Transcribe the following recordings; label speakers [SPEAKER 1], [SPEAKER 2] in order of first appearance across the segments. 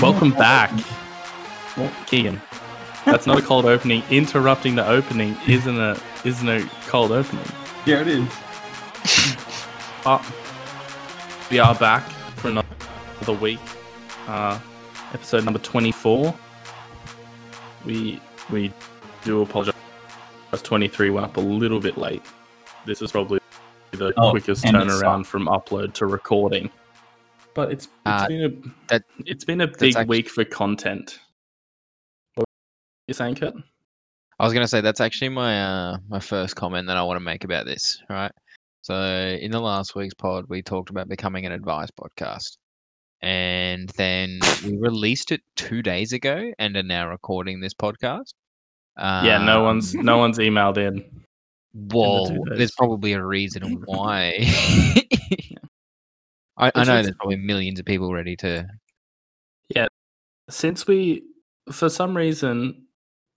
[SPEAKER 1] Welcome back. Keegan. That's not a cold opening. Interrupting the opening isn't a isn't a cold opening.
[SPEAKER 2] Yeah, it is.
[SPEAKER 1] But we are back for another week. Uh, episode number twenty-four. We we do apologize. Twenty-three went up a little bit late. This is probably the
[SPEAKER 2] Oh,
[SPEAKER 1] quickest
[SPEAKER 2] and it
[SPEAKER 1] turnaround from upload to recording. But it's it's
[SPEAKER 3] Uh,
[SPEAKER 1] been a
[SPEAKER 3] that-
[SPEAKER 1] it's been a
[SPEAKER 3] that's
[SPEAKER 1] big
[SPEAKER 3] act-
[SPEAKER 1] week for content. What you saying, Kurt?
[SPEAKER 3] I was gonna say that's actually my uh, my first comment that I want to make about this, right? So in the last week's pod, we talked about becoming an advice podcast, and then we released it two days ago, and are now recording this podcast.
[SPEAKER 1] yeah, no
[SPEAKER 3] Um,
[SPEAKER 1] one's no one's emailed in.
[SPEAKER 3] Whoa,
[SPEAKER 1] days.
[SPEAKER 3] there's probably a reason why. I, I
[SPEAKER 1] It's-
[SPEAKER 3] know
[SPEAKER 1] it's-
[SPEAKER 3] there's probably millions of people ready to.
[SPEAKER 1] Since we, for some reason,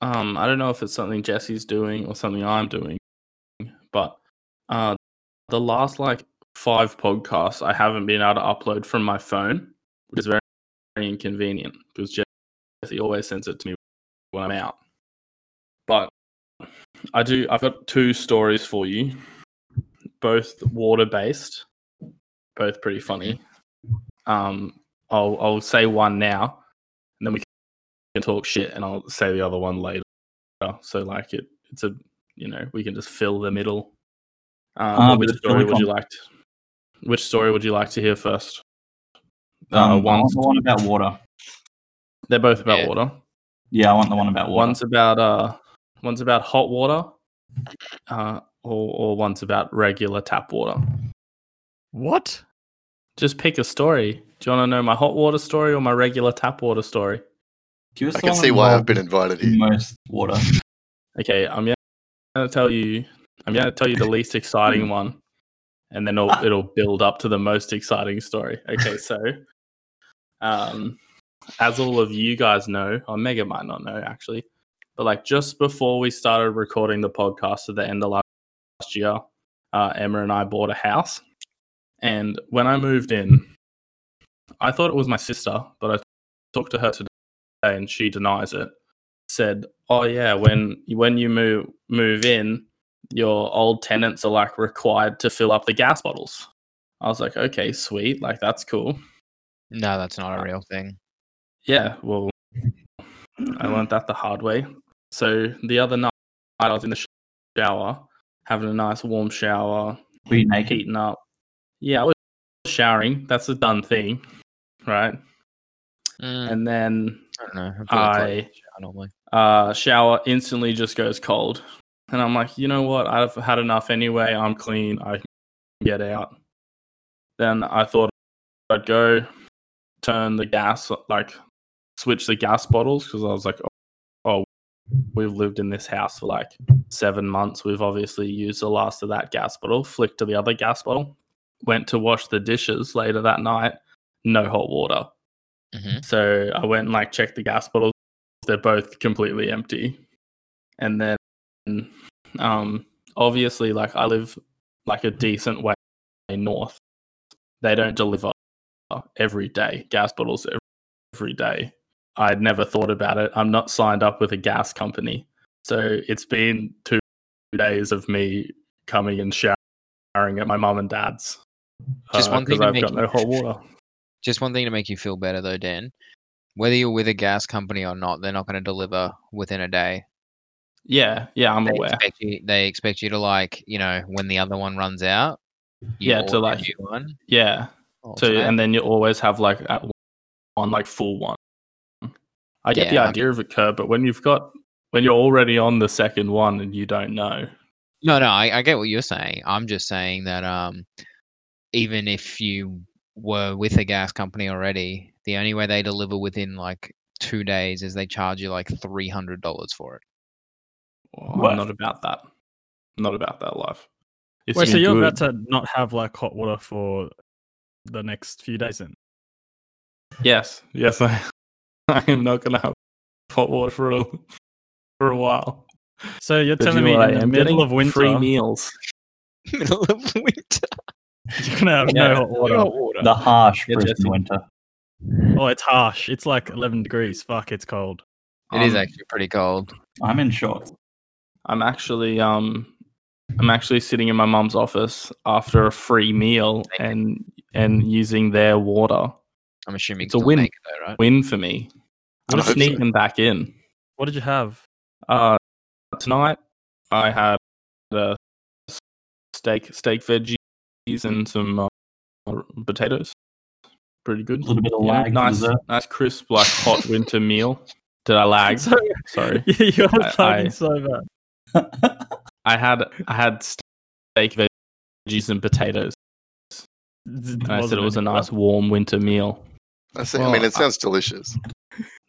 [SPEAKER 1] um, I don't know if it's something Jesse's doing or something I'm doing, but uh, the last like five podcasts I haven't been able to upload from my phone, which is very, very inconvenient because Jesse always sends it to me when I'm out. But I do. I've got two stories for you, both water based, both pretty funny. Um, I'll I'll say one now, and then we can talk shit, and I'll say the other one later. So like it, it's a you know we can just fill the middle. Um,
[SPEAKER 2] Ah,
[SPEAKER 1] which
[SPEAKER 2] bit of
[SPEAKER 1] story would you
[SPEAKER 2] telecom.
[SPEAKER 1] like? To, which story would you like to hear first?
[SPEAKER 2] Um,
[SPEAKER 1] Uh,
[SPEAKER 2] I
[SPEAKER 1] one.
[SPEAKER 2] want the one about water.
[SPEAKER 1] They're both about
[SPEAKER 3] Yeah.
[SPEAKER 1] water.
[SPEAKER 2] Yeah, I want the one about water.
[SPEAKER 1] One's about uh, one's about hot water, uh, or or one's about regular tap water.
[SPEAKER 4] What?
[SPEAKER 1] Just pick a story. Do you want to know my hot water story or my regular tap water story?
[SPEAKER 2] Give us
[SPEAKER 5] I
[SPEAKER 2] the
[SPEAKER 5] can
[SPEAKER 2] one
[SPEAKER 5] see why I've
[SPEAKER 2] involved
[SPEAKER 5] been invited
[SPEAKER 2] the
[SPEAKER 5] here.
[SPEAKER 2] most water.
[SPEAKER 1] Okay, I'm gonna tell you. I'm gonna tell you the least exciting one, and then it'll, it'll build up to the most exciting story. Okay, so, um, as all of you guys know, or Mega might not know actually, but like just before we started recording the podcast at the end of last last year, uh, Emma and I bought a house, and when I moved in, I thought it was my sister, but I talked to her today, and she denies it said, "Oh yeah, when when you move move in, your old tenants are like required to fill up the gas bottles." I was like, "Okay, sweet, like that's cool."
[SPEAKER 3] No, that's not a
[SPEAKER 1] Uh,
[SPEAKER 3] real thing.
[SPEAKER 1] Yeah, well, I learned that the hard way. So the other night, I was in the sh- shower, having a nice warm shower,
[SPEAKER 2] Were you naked?
[SPEAKER 1] heating up. Yeah, I was showering. That's a done thing, right?
[SPEAKER 3] Mm,
[SPEAKER 1] And then
[SPEAKER 3] I don't know. I, feel like
[SPEAKER 1] I-
[SPEAKER 3] it's like- normally.
[SPEAKER 1] uh, shower instantly just goes cold. And I'm like, you know what? I've had enough anyway. I'm clean. I can get out. Then I thought I'd go turn the gas, like switch the gas bottles because I was like, oh, we've lived in this house for like seven months. We've obviously used the last of that gas bottle, flicked to the other gas bottle, went to wash the dishes later that night. No hot water.
[SPEAKER 3] Mhm.
[SPEAKER 1] So I went and like checked the gas bottles. They're both completely empty. And then um obviously like I live like a decent way north. They don't deliver every day, gas bottles ev- every day. I'd never thought about it. I'm not signed up with a gas company. So it's been two days of me coming and showering at my mum and dad's. uh,
[SPEAKER 3] Just one thing
[SPEAKER 1] 'cause
[SPEAKER 3] to
[SPEAKER 1] I've
[SPEAKER 3] make
[SPEAKER 1] got
[SPEAKER 3] you-
[SPEAKER 1] no hot water.
[SPEAKER 3] Just one thing to make you feel better though, Dan. Whether you're with a gas company or not, they're not going to deliver within a day.
[SPEAKER 1] Yeah, yeah, I'm
[SPEAKER 3] They
[SPEAKER 1] aware.
[SPEAKER 3] expect you. They expect you to like, you know, when the other one runs out. you
[SPEAKER 1] Yeah, to,
[SPEAKER 3] order a
[SPEAKER 1] like-
[SPEAKER 3] new one.
[SPEAKER 1] Yeah.
[SPEAKER 3] Oh,
[SPEAKER 1] So
[SPEAKER 3] so
[SPEAKER 1] and then you always have like at one- one like full one. I get
[SPEAKER 3] Yeah, I
[SPEAKER 1] the idea of it, Kurt, but when you've got when you're already on the second one and you don't know,
[SPEAKER 3] no, no, I, I get what you're saying. I'm just saying that um, even if you were with a gas company already, the only way they deliver within like two days is they charge you like three hundred dollars for it.
[SPEAKER 1] well, I'm
[SPEAKER 2] Well-
[SPEAKER 1] not about that. I'm not about that life. It's
[SPEAKER 4] Wait, so
[SPEAKER 1] been
[SPEAKER 4] you're
[SPEAKER 1] good.
[SPEAKER 4] about to not have like hot water for the next few days then?
[SPEAKER 1] Yes, yes, I, I am not gonna have hot water for a for a while.
[SPEAKER 4] So you're
[SPEAKER 1] But you
[SPEAKER 4] telling
[SPEAKER 1] know
[SPEAKER 4] me
[SPEAKER 1] what I
[SPEAKER 4] in the
[SPEAKER 1] am
[SPEAKER 4] middle
[SPEAKER 1] getting?
[SPEAKER 4] of winter
[SPEAKER 1] free meals.
[SPEAKER 3] Middle of winter.
[SPEAKER 4] you're gonna have
[SPEAKER 1] Yeah.
[SPEAKER 4] no hot water.
[SPEAKER 2] The harsh
[SPEAKER 1] Yeah,
[SPEAKER 2] Brisbane
[SPEAKER 1] Jesse.
[SPEAKER 2] winter.
[SPEAKER 4] Oh, it's harsh. It's like 11 degrees. Fuck, it's cold.
[SPEAKER 3] It is
[SPEAKER 2] Um,
[SPEAKER 3] actually pretty cold.
[SPEAKER 2] I'm in shock.
[SPEAKER 1] I'm actually um I'm actually sitting in my mum's office after a free meal
[SPEAKER 3] Thank
[SPEAKER 1] and and using their water.
[SPEAKER 3] I'm assuming
[SPEAKER 1] it's a
[SPEAKER 3] still
[SPEAKER 1] win.
[SPEAKER 3] Make it though, right?
[SPEAKER 1] Win for me.
[SPEAKER 4] I
[SPEAKER 1] I'm
[SPEAKER 4] hope so.
[SPEAKER 1] sneaking back in.
[SPEAKER 4] What did you have?
[SPEAKER 1] Uh tonight I had a steak steak veggies and some uh, potatoes. Pretty good.
[SPEAKER 2] A little bit of
[SPEAKER 1] You know,
[SPEAKER 2] lag. for
[SPEAKER 1] nice,
[SPEAKER 2] dessert.
[SPEAKER 1] nice crisp like hot winter meal. Did I lag?
[SPEAKER 4] So-
[SPEAKER 1] Sorry.
[SPEAKER 4] Yeah, you're
[SPEAKER 1] I-
[SPEAKER 4] fucking
[SPEAKER 1] I-
[SPEAKER 4] so bad.
[SPEAKER 1] I had I had steak veggies and potatoes. And I said it was a nice warm winter meal.
[SPEAKER 5] I, say, I
[SPEAKER 1] Well,
[SPEAKER 5] mean, it
[SPEAKER 1] I-
[SPEAKER 5] sounds delicious.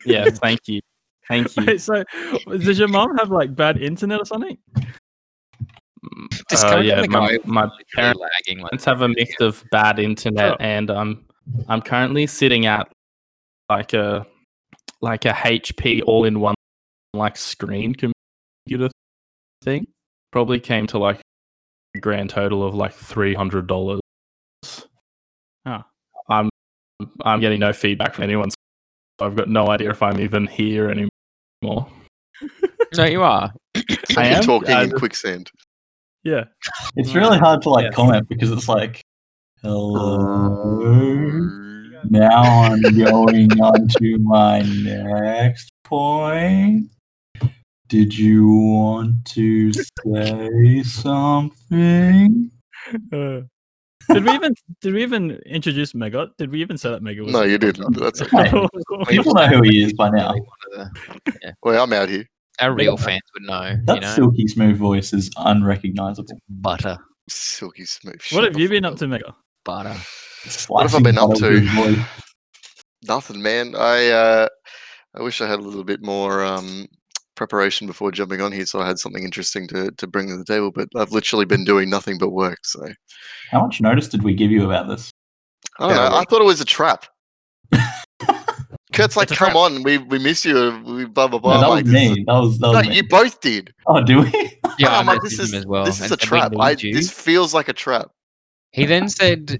[SPEAKER 1] Yeah, thank you. Thank you.
[SPEAKER 4] Wait, so does your mom have like bad internet or something?
[SPEAKER 3] Just
[SPEAKER 1] Uh,
[SPEAKER 3] coming from
[SPEAKER 1] yeah,
[SPEAKER 3] the guy
[SPEAKER 1] my,
[SPEAKER 3] who's
[SPEAKER 1] my
[SPEAKER 3] Very
[SPEAKER 1] parents
[SPEAKER 3] lagging. Like,
[SPEAKER 1] have a mix of bad internet
[SPEAKER 4] Oh.
[SPEAKER 1] and um I'm currently sitting at like a like a HP all in one like screen computer thing. Probably came to like a grand total of like three hundred dollars.
[SPEAKER 4] Huh.
[SPEAKER 1] I'm I'm getting no feedback from anyone, so I've got no idea if I'm even here anymore.
[SPEAKER 3] no, you are.
[SPEAKER 5] It's
[SPEAKER 1] I
[SPEAKER 5] like you're
[SPEAKER 1] am-
[SPEAKER 5] talking
[SPEAKER 1] I
[SPEAKER 5] in
[SPEAKER 1] just-
[SPEAKER 5] quicksand.
[SPEAKER 4] Yeah.
[SPEAKER 2] It's really hard to like
[SPEAKER 1] Yes.
[SPEAKER 2] comment because it's like, hello.
[SPEAKER 5] Brrrr.
[SPEAKER 2] Now I'm going on to my next point. Did you want to say something?
[SPEAKER 4] Uh, did we even did we even introduce Megot? Did we even say that Megot was?
[SPEAKER 5] No, you didn't. That's okay.
[SPEAKER 2] Hey, people know who he is by now.
[SPEAKER 3] Really one of the-
[SPEAKER 5] Well, I'm out here.
[SPEAKER 3] Our real fans would know.
[SPEAKER 2] That
[SPEAKER 3] you know,
[SPEAKER 2] silky smooth voice is unrecognizable.
[SPEAKER 3] butter,
[SPEAKER 5] Silky smooth.
[SPEAKER 4] what
[SPEAKER 5] Shut
[SPEAKER 4] have
[SPEAKER 5] the
[SPEAKER 4] you
[SPEAKER 5] fuck
[SPEAKER 4] been up to, Megot?
[SPEAKER 3] butter.
[SPEAKER 5] What have I
[SPEAKER 2] Slicing
[SPEAKER 5] been up
[SPEAKER 2] butter with
[SPEAKER 5] to?
[SPEAKER 2] his voice.
[SPEAKER 5] Nothing, man. I uh, I wish I had a little bit more um, preparation before jumping on here, so I had something interesting to, to bring to the table. But I've literally been doing nothing but work. So I
[SPEAKER 2] How much notice did we give you about this?
[SPEAKER 5] don't know. I thought it was a trap. Kurt's like, come on, we we miss you. We blah blah blah.
[SPEAKER 2] no, that
[SPEAKER 5] I'm like,
[SPEAKER 2] was
[SPEAKER 5] this is-
[SPEAKER 2] me. That was that
[SPEAKER 5] No,
[SPEAKER 2] was me.
[SPEAKER 5] you both did.
[SPEAKER 2] Oh, do we?
[SPEAKER 3] Yeah, I
[SPEAKER 5] I'm like,
[SPEAKER 3] noticed
[SPEAKER 5] this
[SPEAKER 3] him
[SPEAKER 5] is
[SPEAKER 3] as well.
[SPEAKER 5] this
[SPEAKER 3] and-
[SPEAKER 5] is a
[SPEAKER 3] and we
[SPEAKER 5] trap. I,
[SPEAKER 3] warned you.
[SPEAKER 5] this feels like a trap.
[SPEAKER 3] He then said,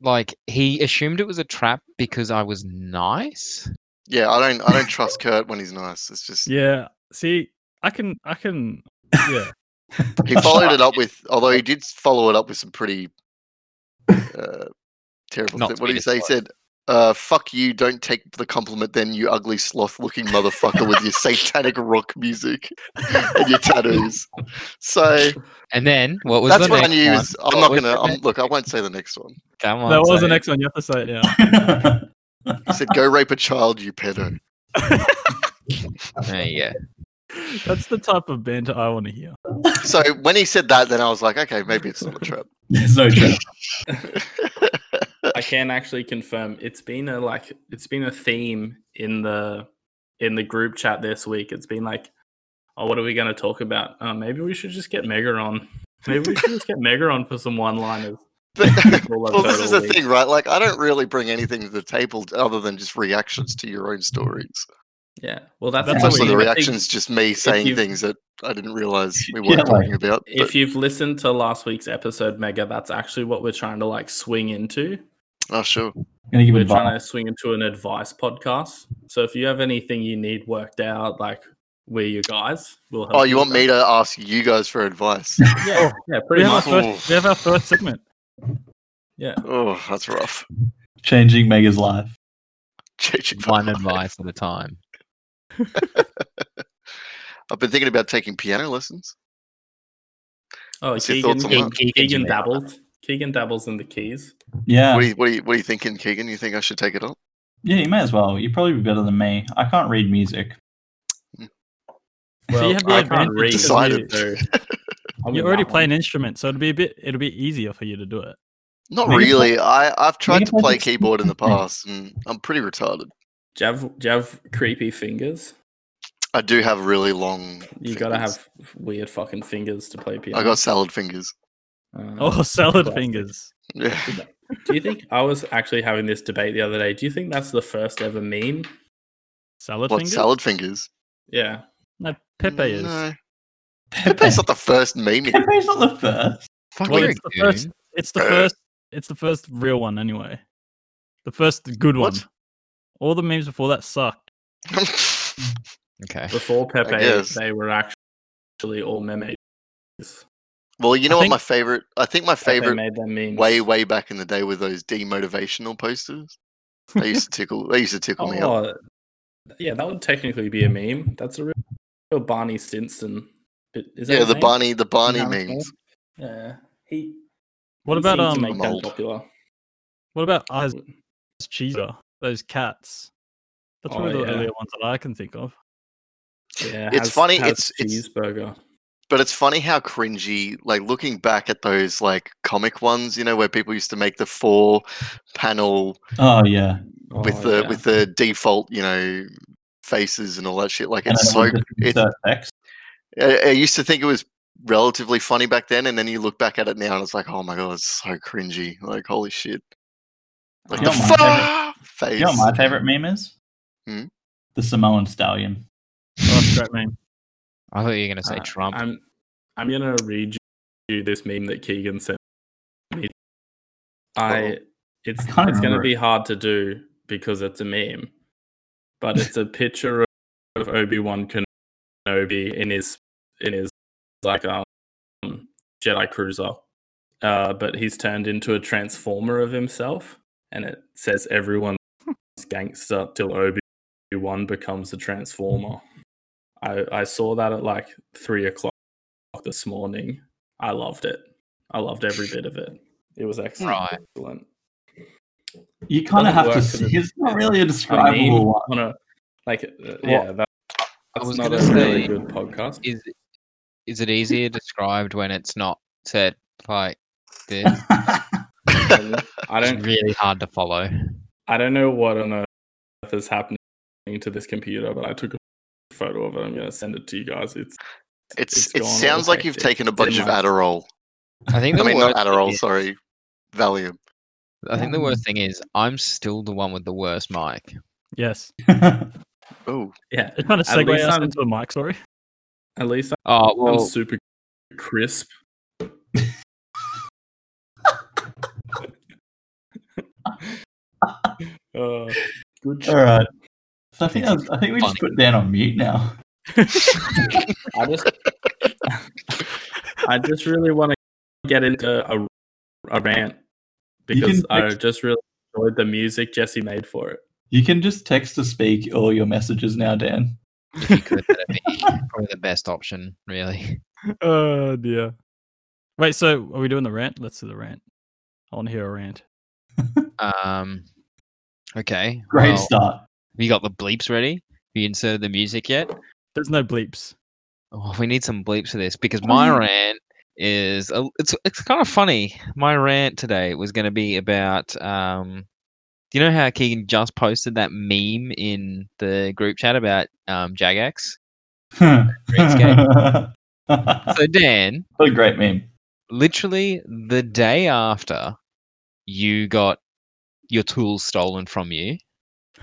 [SPEAKER 3] like, he assumed it was a trap because I was nice.
[SPEAKER 5] Yeah, I don't I don't trust Kurt when he's nice. It's just
[SPEAKER 4] Yeah. See, I can I can. Yeah.
[SPEAKER 5] he followed it up with, although he did follow it up with some pretty uh, terrible.
[SPEAKER 3] Not
[SPEAKER 5] Thing.
[SPEAKER 3] to
[SPEAKER 5] What
[SPEAKER 3] be
[SPEAKER 5] did he say? He
[SPEAKER 3] despised.
[SPEAKER 5] said, uh, "Fuck you! Don't take the compliment, then you ugly sloth-looking motherfucker with your satanic rock music and your tattoos." So
[SPEAKER 3] And then what was
[SPEAKER 5] that's
[SPEAKER 3] the
[SPEAKER 5] what I
[SPEAKER 3] next
[SPEAKER 5] knew.
[SPEAKER 3] one?
[SPEAKER 5] Is,
[SPEAKER 3] What
[SPEAKER 5] I'm not
[SPEAKER 3] was
[SPEAKER 5] gonna.
[SPEAKER 3] the
[SPEAKER 5] I'm,
[SPEAKER 3] next-
[SPEAKER 5] look, I won't say the next one.
[SPEAKER 3] Come on,
[SPEAKER 4] that
[SPEAKER 3] say
[SPEAKER 4] was the
[SPEAKER 3] it.
[SPEAKER 4] next one. You have to say it now.
[SPEAKER 5] He said, "Go rape a child, you pedo."
[SPEAKER 3] There you go.
[SPEAKER 4] That's the type of banter I want to hear.
[SPEAKER 5] So when he said that, then I was like, "Okay, maybe it's not a trap."
[SPEAKER 2] There's no trap.
[SPEAKER 1] I can actually confirm it's been a like it's been a theme in the in the group chat this week. It's been like, oh, what are we going to talk about? Uh, maybe we should just get Mega on. Maybe we should just get Mega on for some one-liners.
[SPEAKER 5] But-
[SPEAKER 1] All I've heard
[SPEAKER 5] well, this is
[SPEAKER 1] all
[SPEAKER 5] the
[SPEAKER 1] week.
[SPEAKER 5] thing, right? Like, I don't really bring anything to the table other than just reactions to your own stories.
[SPEAKER 1] Yeah. Well, that's,
[SPEAKER 4] That's
[SPEAKER 1] how
[SPEAKER 4] what
[SPEAKER 5] Mostly
[SPEAKER 1] we-
[SPEAKER 5] the
[SPEAKER 1] I think
[SPEAKER 5] reactions just me saying
[SPEAKER 1] you-
[SPEAKER 5] things that I didn't realize we weren't
[SPEAKER 2] like,
[SPEAKER 5] talking about.
[SPEAKER 1] If you've listened to last week's episode, Mega, that's actually what we're trying to like swing into.
[SPEAKER 5] but- oh, sure.
[SPEAKER 2] I'm gonna give
[SPEAKER 1] We're
[SPEAKER 2] it
[SPEAKER 1] trying to swing into an advice podcast. So if you have anything you need worked out, like we're your guys. We'll help
[SPEAKER 5] Oh, you
[SPEAKER 1] with
[SPEAKER 5] want
[SPEAKER 1] that.
[SPEAKER 5] me to ask you guys for advice?
[SPEAKER 1] Yeah, yeah,
[SPEAKER 4] Oh, We
[SPEAKER 1] pretty
[SPEAKER 4] have, our
[SPEAKER 1] much.
[SPEAKER 4] first, we have our first segment.
[SPEAKER 1] Yeah.
[SPEAKER 5] oh, that's rough.
[SPEAKER 2] changing Mega's life.
[SPEAKER 5] Changing my
[SPEAKER 3] One
[SPEAKER 5] mind.
[SPEAKER 3] advice at a time.
[SPEAKER 5] I've been thinking about taking piano lessons.
[SPEAKER 1] Oh,
[SPEAKER 5] What's your
[SPEAKER 1] Keegan,
[SPEAKER 5] thoughts on that?
[SPEAKER 1] Keegan, Keegan
[SPEAKER 3] Keegan
[SPEAKER 1] dabbled. Keegan dabbles in the keys.
[SPEAKER 2] Yeah,
[SPEAKER 5] What, are you, what, are you, what are you thinking, Keegan? You think I should take it up?
[SPEAKER 2] yeah, you may as well. You'd probably be better than me. I can't read music.
[SPEAKER 4] Well, you have the
[SPEAKER 5] I
[SPEAKER 4] advantage
[SPEAKER 5] can't
[SPEAKER 4] of
[SPEAKER 5] read.
[SPEAKER 4] you-
[SPEAKER 5] Decided.
[SPEAKER 4] You're already playing an instrument, so it'll be a bit. It'll be easier for you to do it.
[SPEAKER 5] Not
[SPEAKER 2] Make it play-
[SPEAKER 5] really. I, I've tried
[SPEAKER 2] it
[SPEAKER 5] to
[SPEAKER 2] play
[SPEAKER 5] play
[SPEAKER 2] the-
[SPEAKER 5] keyboard in the past, and I'm pretty retarded.
[SPEAKER 1] Do you, have, do you have creepy fingers?
[SPEAKER 5] I do have really long.
[SPEAKER 1] You gotta
[SPEAKER 5] fingers.
[SPEAKER 1] have weird fucking fingers to play piano.
[SPEAKER 5] I got salad fingers.
[SPEAKER 1] Uh,
[SPEAKER 4] Oh, salad
[SPEAKER 1] classic.
[SPEAKER 4] fingers.
[SPEAKER 5] Yeah.
[SPEAKER 1] Do you think I was actually having this debate the other day? Do you think that's the first ever meme?
[SPEAKER 4] Salad
[SPEAKER 5] what
[SPEAKER 4] fingers.
[SPEAKER 5] salad fingers?
[SPEAKER 1] Yeah.
[SPEAKER 4] No, Pepe is.
[SPEAKER 5] No.
[SPEAKER 2] Pepe's
[SPEAKER 5] That's not the first meme.
[SPEAKER 2] Pepe's not the first.
[SPEAKER 3] Fuck
[SPEAKER 4] Well,
[SPEAKER 3] you,
[SPEAKER 4] it's the first.
[SPEAKER 1] Uh.
[SPEAKER 3] goon.
[SPEAKER 4] It's the first. It's the first real one, anyway. The first good one.
[SPEAKER 5] What?
[SPEAKER 4] All the memes before that sucked.
[SPEAKER 3] Okay.
[SPEAKER 1] Before Pepe,
[SPEAKER 5] guess.
[SPEAKER 1] they were actually all memes.
[SPEAKER 5] well, you know
[SPEAKER 4] I
[SPEAKER 5] what
[SPEAKER 4] think-
[SPEAKER 5] my favorite? I think my
[SPEAKER 1] Pepe
[SPEAKER 5] favorite
[SPEAKER 1] made them memes.
[SPEAKER 5] way way back in the day were those demotivational posters. They used to tickle. They used to tickle me up.
[SPEAKER 1] Oh, yeah, that would technically be a meme. That's a real, real Barney Stinson. But Is that
[SPEAKER 5] Yeah,
[SPEAKER 1] his
[SPEAKER 5] the
[SPEAKER 1] name?
[SPEAKER 5] Barney the Barney
[SPEAKER 1] No, it's
[SPEAKER 5] memes.
[SPEAKER 1] Yeah, he.
[SPEAKER 4] What
[SPEAKER 1] he
[SPEAKER 4] about
[SPEAKER 1] seemed to
[SPEAKER 4] um?
[SPEAKER 1] make them
[SPEAKER 5] Mold.
[SPEAKER 1] popular?
[SPEAKER 4] What about eyes cheeser? Those cats. That's
[SPEAKER 1] Oh,
[SPEAKER 4] one of the
[SPEAKER 1] yeah.
[SPEAKER 4] earlier ones that I can think of.
[SPEAKER 1] Yeah,
[SPEAKER 5] It's
[SPEAKER 1] has-
[SPEAKER 5] funny,
[SPEAKER 1] has
[SPEAKER 5] it's- it's-
[SPEAKER 1] cheeseburger.
[SPEAKER 5] But it's funny how cringy. Like looking back at those like comic ones, you know, where people used to make the four panel
[SPEAKER 2] Oh yeah,
[SPEAKER 5] with
[SPEAKER 1] Oh,
[SPEAKER 5] the
[SPEAKER 1] yeah.
[SPEAKER 5] with the default, you know, faces and all that shit. Like
[SPEAKER 2] and
[SPEAKER 5] it's
[SPEAKER 2] then
[SPEAKER 5] so.
[SPEAKER 2] it would just
[SPEAKER 5] It's,
[SPEAKER 2] insert text.
[SPEAKER 5] I, I used to think it was relatively funny back then, and then you look back at it now, and it's like, oh my god, it's so cringy. Like holy shit. Like
[SPEAKER 1] You
[SPEAKER 5] the
[SPEAKER 1] know
[SPEAKER 2] my favorite-
[SPEAKER 5] fa- face.
[SPEAKER 2] You know what my favorite meme is?
[SPEAKER 5] Hmm?
[SPEAKER 2] The Samoan stallion.
[SPEAKER 4] Oh, that's a great meme.
[SPEAKER 3] I thought you were going to say
[SPEAKER 1] Uh,
[SPEAKER 3] Trump.
[SPEAKER 1] I'm I'm gonna read you this meme that Keegan sent me. I it's
[SPEAKER 2] I can't
[SPEAKER 1] it's gonna
[SPEAKER 2] remember it.
[SPEAKER 1] be hard to do because it's a meme, but it's a picture of, of Obi Wan Kenobi in his in his like um Jedi cruiser, uh, but he's turned into a transformer of himself, and it says everyone's gangster till Obi Wan becomes a transformer. I, I saw that at like three o'clock this morning. I loved it. I loved every bit of it. It was excellent.
[SPEAKER 3] Right.
[SPEAKER 1] excellent.
[SPEAKER 2] You kind
[SPEAKER 1] Doesn't
[SPEAKER 2] of have
[SPEAKER 1] work
[SPEAKER 2] to.
[SPEAKER 1] 'cause
[SPEAKER 2] See,
[SPEAKER 1] it's-
[SPEAKER 2] it's not really a
[SPEAKER 1] I mean,
[SPEAKER 2] describable one.
[SPEAKER 1] on a, like, uh, yeah, that, that's
[SPEAKER 3] was
[SPEAKER 1] not a
[SPEAKER 3] gonna
[SPEAKER 1] really
[SPEAKER 3] say-
[SPEAKER 1] good podcast.
[SPEAKER 3] is it- is it easier described when it's not said like this?
[SPEAKER 1] I
[SPEAKER 3] It's
[SPEAKER 1] don't,
[SPEAKER 3] really hard to follow.
[SPEAKER 1] I don't know what on earth is happening to this computer, but I took a photo of it. I'm gonna send it to you guys. It's
[SPEAKER 5] It's,
[SPEAKER 1] It's
[SPEAKER 5] it
[SPEAKER 1] gone all
[SPEAKER 5] sounds like you've
[SPEAKER 1] hectic.
[SPEAKER 5] taken a
[SPEAKER 1] It's in
[SPEAKER 5] bunch of
[SPEAKER 1] my-
[SPEAKER 5] Adderall.
[SPEAKER 3] I think
[SPEAKER 5] I
[SPEAKER 3] the
[SPEAKER 5] mean,
[SPEAKER 3] worst
[SPEAKER 5] not Adderall,
[SPEAKER 3] is-
[SPEAKER 5] sorry, Valium.
[SPEAKER 3] I think the worst thing is I'm still the one with the worst mic.
[SPEAKER 4] Yes.
[SPEAKER 5] Oh,
[SPEAKER 1] yeah.
[SPEAKER 4] It kind of
[SPEAKER 1] At
[SPEAKER 4] segues
[SPEAKER 1] least
[SPEAKER 4] us
[SPEAKER 1] I'm-
[SPEAKER 4] into a mic story.
[SPEAKER 1] At least
[SPEAKER 3] Oh
[SPEAKER 1] I'm
[SPEAKER 3] well,
[SPEAKER 1] super crisp. uh, good
[SPEAKER 2] All right. So I think that was, I think we just put Dan on mute now.
[SPEAKER 1] I just, I just really want to get into a, a rant
[SPEAKER 2] You can
[SPEAKER 1] because I
[SPEAKER 2] fix-
[SPEAKER 1] just really enjoyed the music Jesse made for it.
[SPEAKER 2] You can just text to speak all your messages now, Dan.
[SPEAKER 3] if you could, that'd be probably the best option, really.
[SPEAKER 4] Oh dear. Wait, so are we doing the rant? Let's do the rant. I want to hear a rant.
[SPEAKER 3] Um, okay.
[SPEAKER 2] Great
[SPEAKER 3] well,
[SPEAKER 2] start.
[SPEAKER 3] Have you got the bleeps ready? Have you inserted the music yet?
[SPEAKER 4] There's no bleeps.
[SPEAKER 3] Oh, we need some bleeps for this because my rant is a, it's it's kind of funny. My rant today was going to be about um, do you know how Keegan just posted that meme in the group chat about um Jagex? Greenscape.
[SPEAKER 2] what
[SPEAKER 3] So Dan,
[SPEAKER 2] a great meme.
[SPEAKER 3] literally the day after you got your tools stolen from you,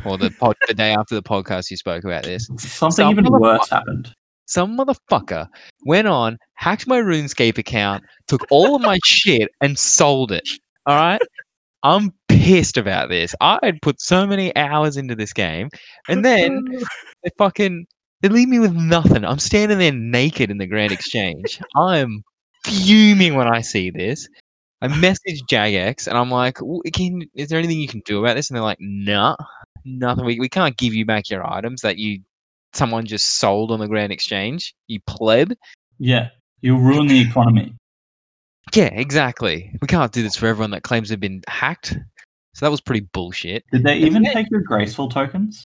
[SPEAKER 3] or the pod, the day after the podcast you spoke about this,
[SPEAKER 2] Something
[SPEAKER 3] Some
[SPEAKER 2] even
[SPEAKER 3] motherfucker.
[SPEAKER 2] worse happened.
[SPEAKER 3] some motherfucker went on, hacked my RuneScape account, took all of my shit, and sold it. All right. I'm pissed about this. I had put so many hours into this game, and then they fucking they leave me with nothing. I'm standing there naked in the Grand Exchange. I'm fuming when I see this. I message Jagex and I'm like, "W- can, is there anything you can do about this? And they're like, nah, nothing. We, we can't give you back your items that you someone just sold on the Grand Exchange. You pleb.
[SPEAKER 2] Yeah, you'll ruin the economy.
[SPEAKER 3] Yeah, exactly. We can't do this for everyone that claims they've been hacked. So that was pretty bullshit.
[SPEAKER 2] Did they even take your graceful tokens?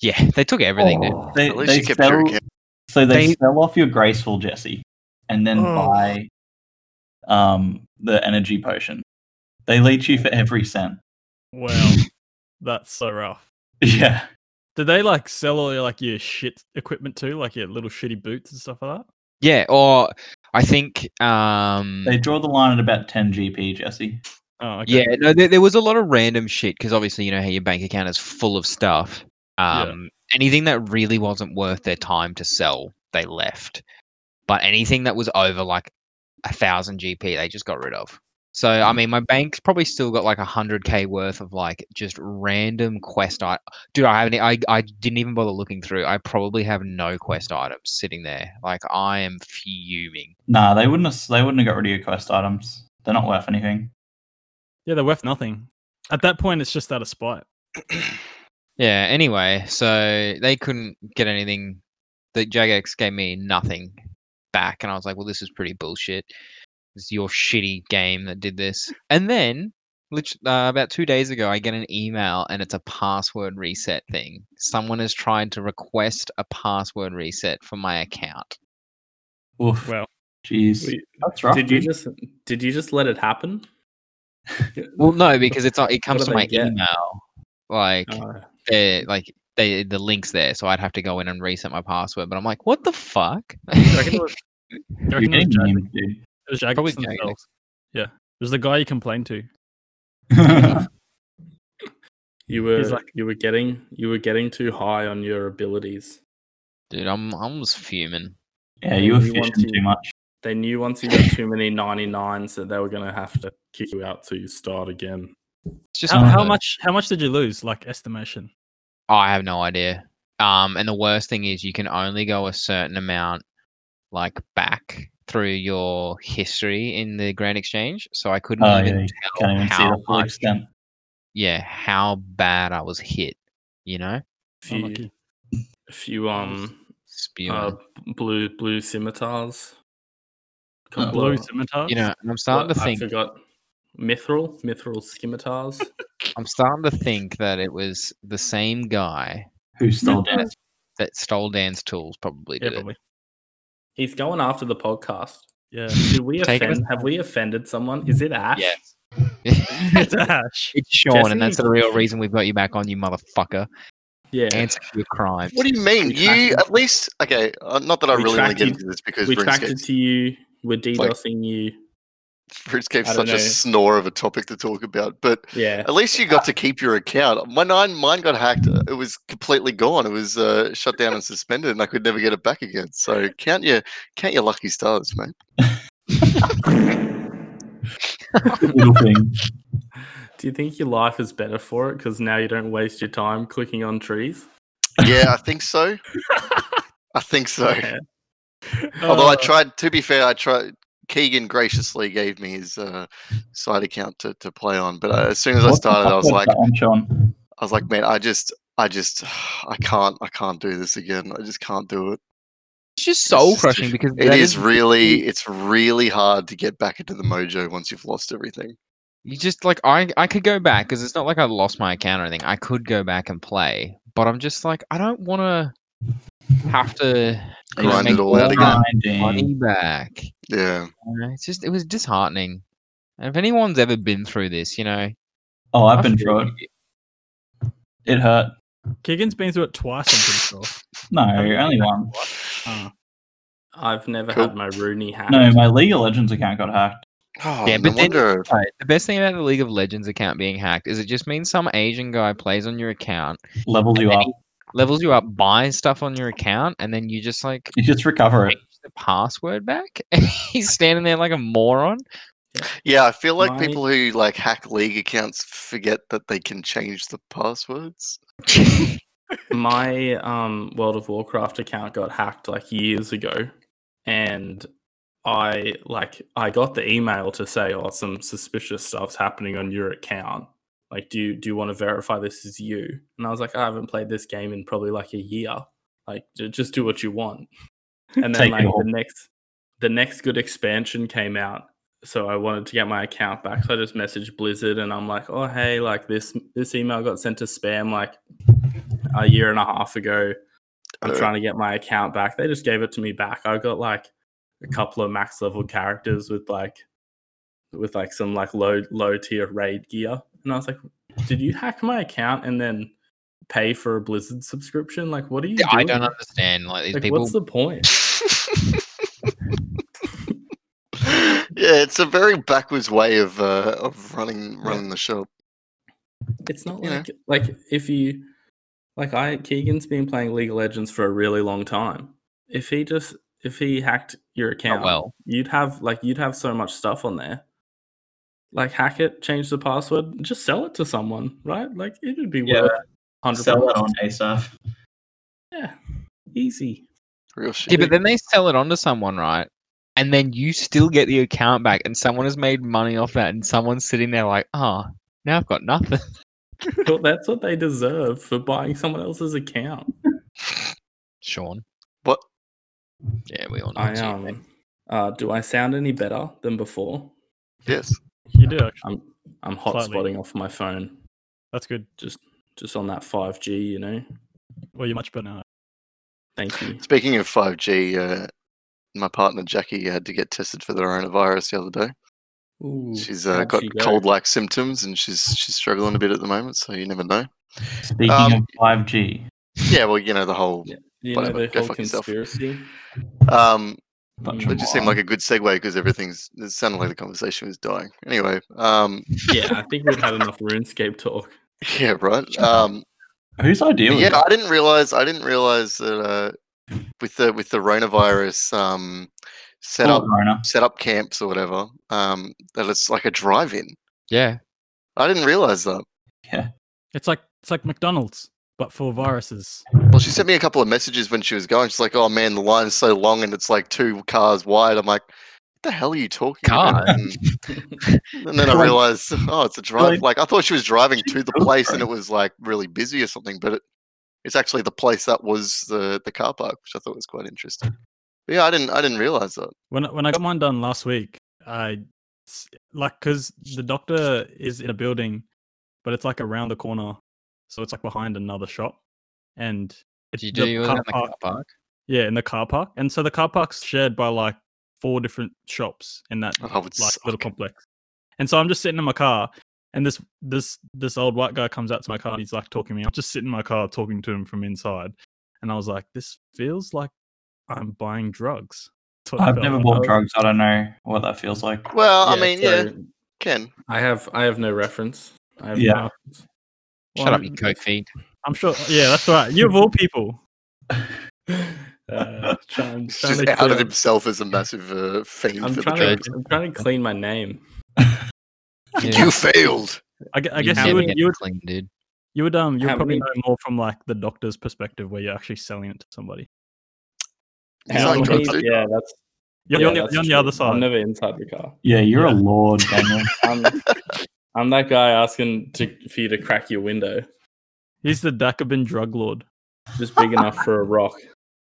[SPEAKER 3] Yeah, they took everything. dude.
[SPEAKER 2] They,
[SPEAKER 5] Oh, at least
[SPEAKER 2] they
[SPEAKER 5] you kept your
[SPEAKER 2] sell-
[SPEAKER 5] account.
[SPEAKER 2] So they,
[SPEAKER 3] They-
[SPEAKER 2] sell off your graceful Jesse, and then
[SPEAKER 4] Oh.
[SPEAKER 2] buy um the energy potion. They leech
[SPEAKER 5] Oh.
[SPEAKER 2] you for every cent.
[SPEAKER 4] Wow. That's so rough.
[SPEAKER 2] Yeah.
[SPEAKER 4] Did they like sell all your like your shit equipment too? Like your little shitty boots and stuff like that?
[SPEAKER 3] Yeah, or I think um
[SPEAKER 5] Hmm.
[SPEAKER 2] They draw the line at about 10 GP, Jesse.
[SPEAKER 4] Oh okay.
[SPEAKER 3] Yeah, no, there, there was a lot of random shit because obviously you know how your bank account is full of stuff.
[SPEAKER 4] Yeah.
[SPEAKER 3] Um, anything that really wasn't worth their time to sell, they left. But anything that was over like a thousand GP, they just got rid of. So
[SPEAKER 4] Hmm.
[SPEAKER 3] I mean, my bank's probably still got like a hundred k worth of like just random quest. I dude, I haven't. e, I I didn't even bother looking through. I probably have no
[SPEAKER 4] Hmm.
[SPEAKER 3] quest items sitting there. Like I am fuming.
[SPEAKER 2] Nah, they wouldn't have. They wouldn't have got rid of your quest items. They're not worth anything.
[SPEAKER 4] Yeah, they're worth nothing. At that point, it's just out of spite.
[SPEAKER 3] Yeah. Anyway, so they couldn't get anything. The Jagex gave me nothing back, and I was like, "Well, this is pretty bullshit. It's your shitty game that did this." And then, lit- uh, about two days ago, I get an email, and it's a password reset thing. Someone has tried to request a password reset for my account.
[SPEAKER 2] Oof.
[SPEAKER 4] Well,
[SPEAKER 2] Jeez.
[SPEAKER 1] We-
[SPEAKER 2] That's rough.
[SPEAKER 1] Did you
[SPEAKER 2] dude.
[SPEAKER 1] just did you just let it happen?
[SPEAKER 3] Well, no, because it's uh, it comes
[SPEAKER 1] do
[SPEAKER 3] to
[SPEAKER 1] they
[SPEAKER 3] my
[SPEAKER 1] get?
[SPEAKER 3] email. Like
[SPEAKER 1] Uh,
[SPEAKER 3] they like they the links there, so I'd have to go in and reset my password. But I'm like, what the fuck?
[SPEAKER 1] I reckon it was-
[SPEAKER 4] do you
[SPEAKER 2] You're
[SPEAKER 4] reckon it was
[SPEAKER 2] getting
[SPEAKER 4] Jag-
[SPEAKER 2] memed, dude.
[SPEAKER 4] it was Jagex
[SPEAKER 3] Probably
[SPEAKER 4] themselves?
[SPEAKER 3] Jagex.
[SPEAKER 4] It was the guy you complained to.
[SPEAKER 1] you were
[SPEAKER 4] like-
[SPEAKER 1] you were getting you were getting too high on your abilities.
[SPEAKER 3] Dude, I'm I was fuming.
[SPEAKER 2] yeah, you were
[SPEAKER 1] We want
[SPEAKER 2] fishing
[SPEAKER 1] to-
[SPEAKER 2] too much.
[SPEAKER 1] They knew once you got too many 99s that they were going to have to kick you out till you start again.
[SPEAKER 3] It's just
[SPEAKER 4] How,
[SPEAKER 3] one of
[SPEAKER 4] how
[SPEAKER 3] those-
[SPEAKER 4] much? How much did you lose? Like estimation.
[SPEAKER 3] Oh, I have no idea. Um, and the worst thing is you can only go a certain amount, like back through your history in the Grand Exchange. So I couldn't
[SPEAKER 2] Oh, yeah,
[SPEAKER 3] even
[SPEAKER 2] you
[SPEAKER 3] tell
[SPEAKER 2] Can't even see
[SPEAKER 3] how
[SPEAKER 2] the full
[SPEAKER 3] much-
[SPEAKER 2] extent.
[SPEAKER 3] yeah, how bad I was hit. You know,
[SPEAKER 1] If you,
[SPEAKER 4] Unlucky.
[SPEAKER 1] if you um
[SPEAKER 3] spewing.
[SPEAKER 1] uh, b- blue blue scimitars,
[SPEAKER 2] Uh,
[SPEAKER 1] Come
[SPEAKER 4] Blue
[SPEAKER 1] blow-
[SPEAKER 4] scimitar.
[SPEAKER 3] you know, and I'm starting
[SPEAKER 1] what-
[SPEAKER 3] to think.
[SPEAKER 1] I forgot mithril mithril scimitars.
[SPEAKER 3] I'm starting to think that it was the same guy
[SPEAKER 2] Who stole that?
[SPEAKER 3] that stole Dan's tools probably
[SPEAKER 4] yeah,
[SPEAKER 3] did it.
[SPEAKER 4] probably.
[SPEAKER 1] He's going after the podcast.
[SPEAKER 4] Yeah.
[SPEAKER 1] Did we
[SPEAKER 3] Take it
[SPEAKER 1] offend? Have we offended someone? Is it Ash?
[SPEAKER 3] Yes.
[SPEAKER 4] It's Ash.
[SPEAKER 3] it's Sean, and that's
[SPEAKER 1] Jesse-
[SPEAKER 3] the real reason we've got you back on, you motherfucker.
[SPEAKER 1] Yeah.
[SPEAKER 3] Answer for your crimes.
[SPEAKER 5] What do you mean? You at least okay. Uh, not that I
[SPEAKER 1] We
[SPEAKER 5] really want to get
[SPEAKER 1] tracted-
[SPEAKER 5] into this because
[SPEAKER 1] we tracked it
[SPEAKER 5] RuneScape's,
[SPEAKER 1] to you. We're DDoSing
[SPEAKER 5] like-
[SPEAKER 1] you.
[SPEAKER 5] RuneScape's
[SPEAKER 1] I don't
[SPEAKER 5] such
[SPEAKER 1] know.
[SPEAKER 5] a snore of a topic to talk about. But
[SPEAKER 1] Yeah.
[SPEAKER 5] at least you got to keep your account. My nine, mine got hacked. Uh, It was completely gone. It was uh, shut down and suspended, and I could never get it back again. So count your count your lucky stars, mate.
[SPEAKER 2] Little thing.
[SPEAKER 1] Do you think your life is better for it because now you don't waste your time clicking on trees?
[SPEAKER 5] Yeah, I think so. I think so.
[SPEAKER 1] Yeah.
[SPEAKER 5] Although I
[SPEAKER 4] Uh,
[SPEAKER 5] tried, to be fair, I tried. Keegan graciously gave me his uh, side account to, to play on, but uh, as soon as I
[SPEAKER 2] What the
[SPEAKER 5] started, I
[SPEAKER 2] fuck
[SPEAKER 5] was like,
[SPEAKER 2] that one, Sean?
[SPEAKER 5] I was like, man, I just, I just, I can't, I can't do this again. I just can't do it.
[SPEAKER 3] It's just
[SPEAKER 5] It's
[SPEAKER 3] soul
[SPEAKER 5] just-
[SPEAKER 3] crushing because
[SPEAKER 5] It
[SPEAKER 3] that
[SPEAKER 5] is
[SPEAKER 3] is-
[SPEAKER 5] really, it's really hard to get back into the mojo once you've lost everything.
[SPEAKER 3] You just like I I could go back because it's not like I lost my account or anything. I could go back and play, but I'm just like I don't want to have to you know,
[SPEAKER 5] Grind
[SPEAKER 3] make
[SPEAKER 5] it all out again.
[SPEAKER 2] Grinding.
[SPEAKER 3] money back.
[SPEAKER 5] Yeah.
[SPEAKER 3] You know, It's just it was disheartening. And if anyone's ever been through this, you know,
[SPEAKER 2] Oh,
[SPEAKER 3] I
[SPEAKER 2] I've been
[SPEAKER 3] feel
[SPEAKER 2] through it.
[SPEAKER 3] you.
[SPEAKER 2] It hurt.
[SPEAKER 4] Keegan's been through it twice. I'm pretty sure.
[SPEAKER 2] No, only one.
[SPEAKER 1] I've never
[SPEAKER 5] Cool.
[SPEAKER 1] had my Rooney hacked.
[SPEAKER 2] No, my League of Legends account got hacked.
[SPEAKER 5] Oh,
[SPEAKER 3] Yeah,
[SPEAKER 5] no
[SPEAKER 3] but then-
[SPEAKER 5] wonder.
[SPEAKER 3] Right, The best thing about the League of Legends account being hacked is it just means some Asian guy plays on your account,
[SPEAKER 2] Levels you
[SPEAKER 3] And
[SPEAKER 2] up.
[SPEAKER 3] then levels you up, buys stuff on your account, and then you just like
[SPEAKER 2] You just recover it.
[SPEAKER 3] change the password back. And he's standing there like a moron.
[SPEAKER 5] Yeah, I feel like
[SPEAKER 1] My-
[SPEAKER 5] people who like hack league accounts forget that they can change the passwords.
[SPEAKER 1] my um World of Warcraft account got hacked like years ago, and I like I got the email to say, "Oh, some suspicious stuff's happening on your account. Like, do you do you want to verify this is you?" And I was like, "I haven't played this game in probably like a year. Like, j- just do what you want." And then
[SPEAKER 2] Take it
[SPEAKER 1] like
[SPEAKER 2] all.
[SPEAKER 1] the next the next good expansion came out. So I wanted to get my account back. So I just messaged Blizzard and I'm like, oh hey, like this this email got sent to spam like a year and a half ago. I'm
[SPEAKER 5] Uh.
[SPEAKER 1] trying to get my account back. They just gave it to me back. I got like a couple of max level characters with like with like some like low low tier raid gear. And I was like, did you hack my account and then pay for a Blizzard subscription? Like what are you doing?
[SPEAKER 3] I don't understand. Like these
[SPEAKER 1] like,
[SPEAKER 3] people
[SPEAKER 1] what's the point?
[SPEAKER 5] yeah, it's a very backwards way of uh, of running running the shop.
[SPEAKER 1] It's not
[SPEAKER 5] You know?
[SPEAKER 1] like like if you like I Keegan's been playing League of Legends for a really long time. If he just if he hacked your account,
[SPEAKER 3] well.
[SPEAKER 1] you'd have like you'd have so much stuff on there. like hack it, change the password, and just sell it to someone, right? Like it would be
[SPEAKER 2] Yeah.
[SPEAKER 1] worth hundred
[SPEAKER 2] Sell that on
[SPEAKER 1] bucks.
[SPEAKER 2] ASAP.
[SPEAKER 1] Yeah, easy.
[SPEAKER 5] Real
[SPEAKER 3] Yeah,
[SPEAKER 5] shit.
[SPEAKER 3] but then they sell it on to someone, right? And then you still get the account back, and someone has made money off that, and someone's sitting there like, oh, now I've got nothing.
[SPEAKER 1] Well, that's what they deserve for buying someone else's account.
[SPEAKER 3] Sean.
[SPEAKER 5] What?
[SPEAKER 3] Yeah, we all know.
[SPEAKER 1] I
[SPEAKER 3] it's you, mate.
[SPEAKER 1] am. Uh, do I sound any better than before?
[SPEAKER 5] Yes.
[SPEAKER 4] You do actually.
[SPEAKER 1] I'm I'm hotspotting
[SPEAKER 4] Slightly.
[SPEAKER 1] off my phone,
[SPEAKER 4] That's good.
[SPEAKER 1] just just on that 5G. You know.
[SPEAKER 4] Well, you're much better now.
[SPEAKER 1] Thank you.
[SPEAKER 5] Speaking of 5G, uh, my partner Jackie had to get tested for the coronavirus the other day.
[SPEAKER 1] Ooh,
[SPEAKER 5] She's uh,
[SPEAKER 1] how'd
[SPEAKER 5] got
[SPEAKER 1] she go?
[SPEAKER 5] cold-like symptoms, and she's she's struggling a bit at the moment. So you never know.
[SPEAKER 2] Speaking of
[SPEAKER 5] Um,
[SPEAKER 2] 5G,
[SPEAKER 5] Yeah, well, you know the whole.
[SPEAKER 1] Yeah. You know
[SPEAKER 5] Whatever,
[SPEAKER 1] the
[SPEAKER 5] go
[SPEAKER 1] whole
[SPEAKER 5] fuck yourself.
[SPEAKER 1] conspiracy.
[SPEAKER 5] Um,
[SPEAKER 2] bunch
[SPEAKER 5] it
[SPEAKER 2] of
[SPEAKER 5] just seemed like a good segue because everything's. It sounded like the conversation was dying. Anyway, um,
[SPEAKER 1] yeah, I think we've had enough RuneScape talk.
[SPEAKER 5] yeah, right. Um,
[SPEAKER 2] whose idea
[SPEAKER 5] But
[SPEAKER 2] was
[SPEAKER 5] yeah,
[SPEAKER 2] that?
[SPEAKER 5] I didn't realize. I didn't realize that uh, with the with the coronavirus um, set
[SPEAKER 2] Oh,
[SPEAKER 5] up
[SPEAKER 2] Rona.
[SPEAKER 5] set up camps or whatever um, that it's like a drive-in.
[SPEAKER 3] Yeah.
[SPEAKER 5] I didn't realize that.
[SPEAKER 4] It's like it's like McDonald's, but for viruses.
[SPEAKER 5] Well, she sent me a couple of messages when she was going. She's like, "Oh man, the line's so long and it's like two cars wide." I'm like, "What the hell are you talking about?"
[SPEAKER 3] God.
[SPEAKER 5] And, and then I
[SPEAKER 2] Like-
[SPEAKER 5] realized, oh, it's a drive.
[SPEAKER 2] Like-
[SPEAKER 5] Like I thought she was driving to the
[SPEAKER 2] goes
[SPEAKER 5] place
[SPEAKER 2] for
[SPEAKER 5] and
[SPEAKER 2] it.
[SPEAKER 5] it was like really busy or something, but it, it's actually the place that was the the car park, which I thought was quite interesting. But yeah, I didn't I didn't realize that.
[SPEAKER 4] When I- when I got mine done last week, I s- like because the doctor is in a building, but it's like around the corner, so it's like behind another shop, and
[SPEAKER 3] Did
[SPEAKER 4] it's
[SPEAKER 3] you do yours in the car park?
[SPEAKER 4] Yeah, in the car park, and so the car park's shared by like four different shops in that
[SPEAKER 5] That would
[SPEAKER 4] like little
[SPEAKER 5] suck.
[SPEAKER 4] complex. And so I'm just sitting in my car, and this this this old white guy comes out to my car, and he's like talking to me. I'm just sitting in my car talking to him from inside, and I was like, this feels like I'm buying drugs. That's what it
[SPEAKER 2] I've
[SPEAKER 4] felt
[SPEAKER 2] never
[SPEAKER 4] like. I
[SPEAKER 2] bought
[SPEAKER 4] was-
[SPEAKER 2] drugs. I don't know what that feels like.
[SPEAKER 5] Well, I
[SPEAKER 1] Yeah,
[SPEAKER 5] mean,
[SPEAKER 1] so
[SPEAKER 5] yeah, Ken.
[SPEAKER 1] I have I have no reference. I have
[SPEAKER 2] Yeah.
[SPEAKER 1] No reference.
[SPEAKER 4] Well,
[SPEAKER 3] Shut up,
[SPEAKER 4] I'm-
[SPEAKER 3] you coke fiend.
[SPEAKER 4] I'm sure. Yeah, that's right. You of all people.
[SPEAKER 1] Uh, try and-
[SPEAKER 5] He's
[SPEAKER 1] try and
[SPEAKER 5] just
[SPEAKER 1] make
[SPEAKER 5] outed
[SPEAKER 1] sure-
[SPEAKER 5] himself as a massive uh, fiend
[SPEAKER 1] I'm
[SPEAKER 5] for
[SPEAKER 1] trying,
[SPEAKER 5] the
[SPEAKER 1] to,
[SPEAKER 5] drugs.
[SPEAKER 1] I'm trying to clean my name.
[SPEAKER 3] Yeah.
[SPEAKER 5] You failed.
[SPEAKER 4] I, gu- I
[SPEAKER 3] You
[SPEAKER 4] guess you
[SPEAKER 3] never
[SPEAKER 4] would,
[SPEAKER 3] get
[SPEAKER 4] you would
[SPEAKER 3] clean, dude.
[SPEAKER 4] you would um you would
[SPEAKER 1] How
[SPEAKER 4] probably
[SPEAKER 1] many-
[SPEAKER 4] know more from like the doctor's perspective where you're actually selling it to somebody.
[SPEAKER 5] He's
[SPEAKER 4] How
[SPEAKER 5] like
[SPEAKER 4] many-
[SPEAKER 5] drugs, dude.
[SPEAKER 1] yeah, that's,
[SPEAKER 4] You're,
[SPEAKER 1] yeah,
[SPEAKER 4] on, the,
[SPEAKER 1] that's
[SPEAKER 4] you're on the
[SPEAKER 1] true.
[SPEAKER 4] other side.
[SPEAKER 1] I'm never inside the car.
[SPEAKER 2] Yeah, you're a
[SPEAKER 4] Yeah.
[SPEAKER 2] lord, Daniel.
[SPEAKER 1] I'm, I'm that guy asking to, for you to crack your window,
[SPEAKER 4] He's the Dakabin drug lord.
[SPEAKER 1] just big enough for a rock.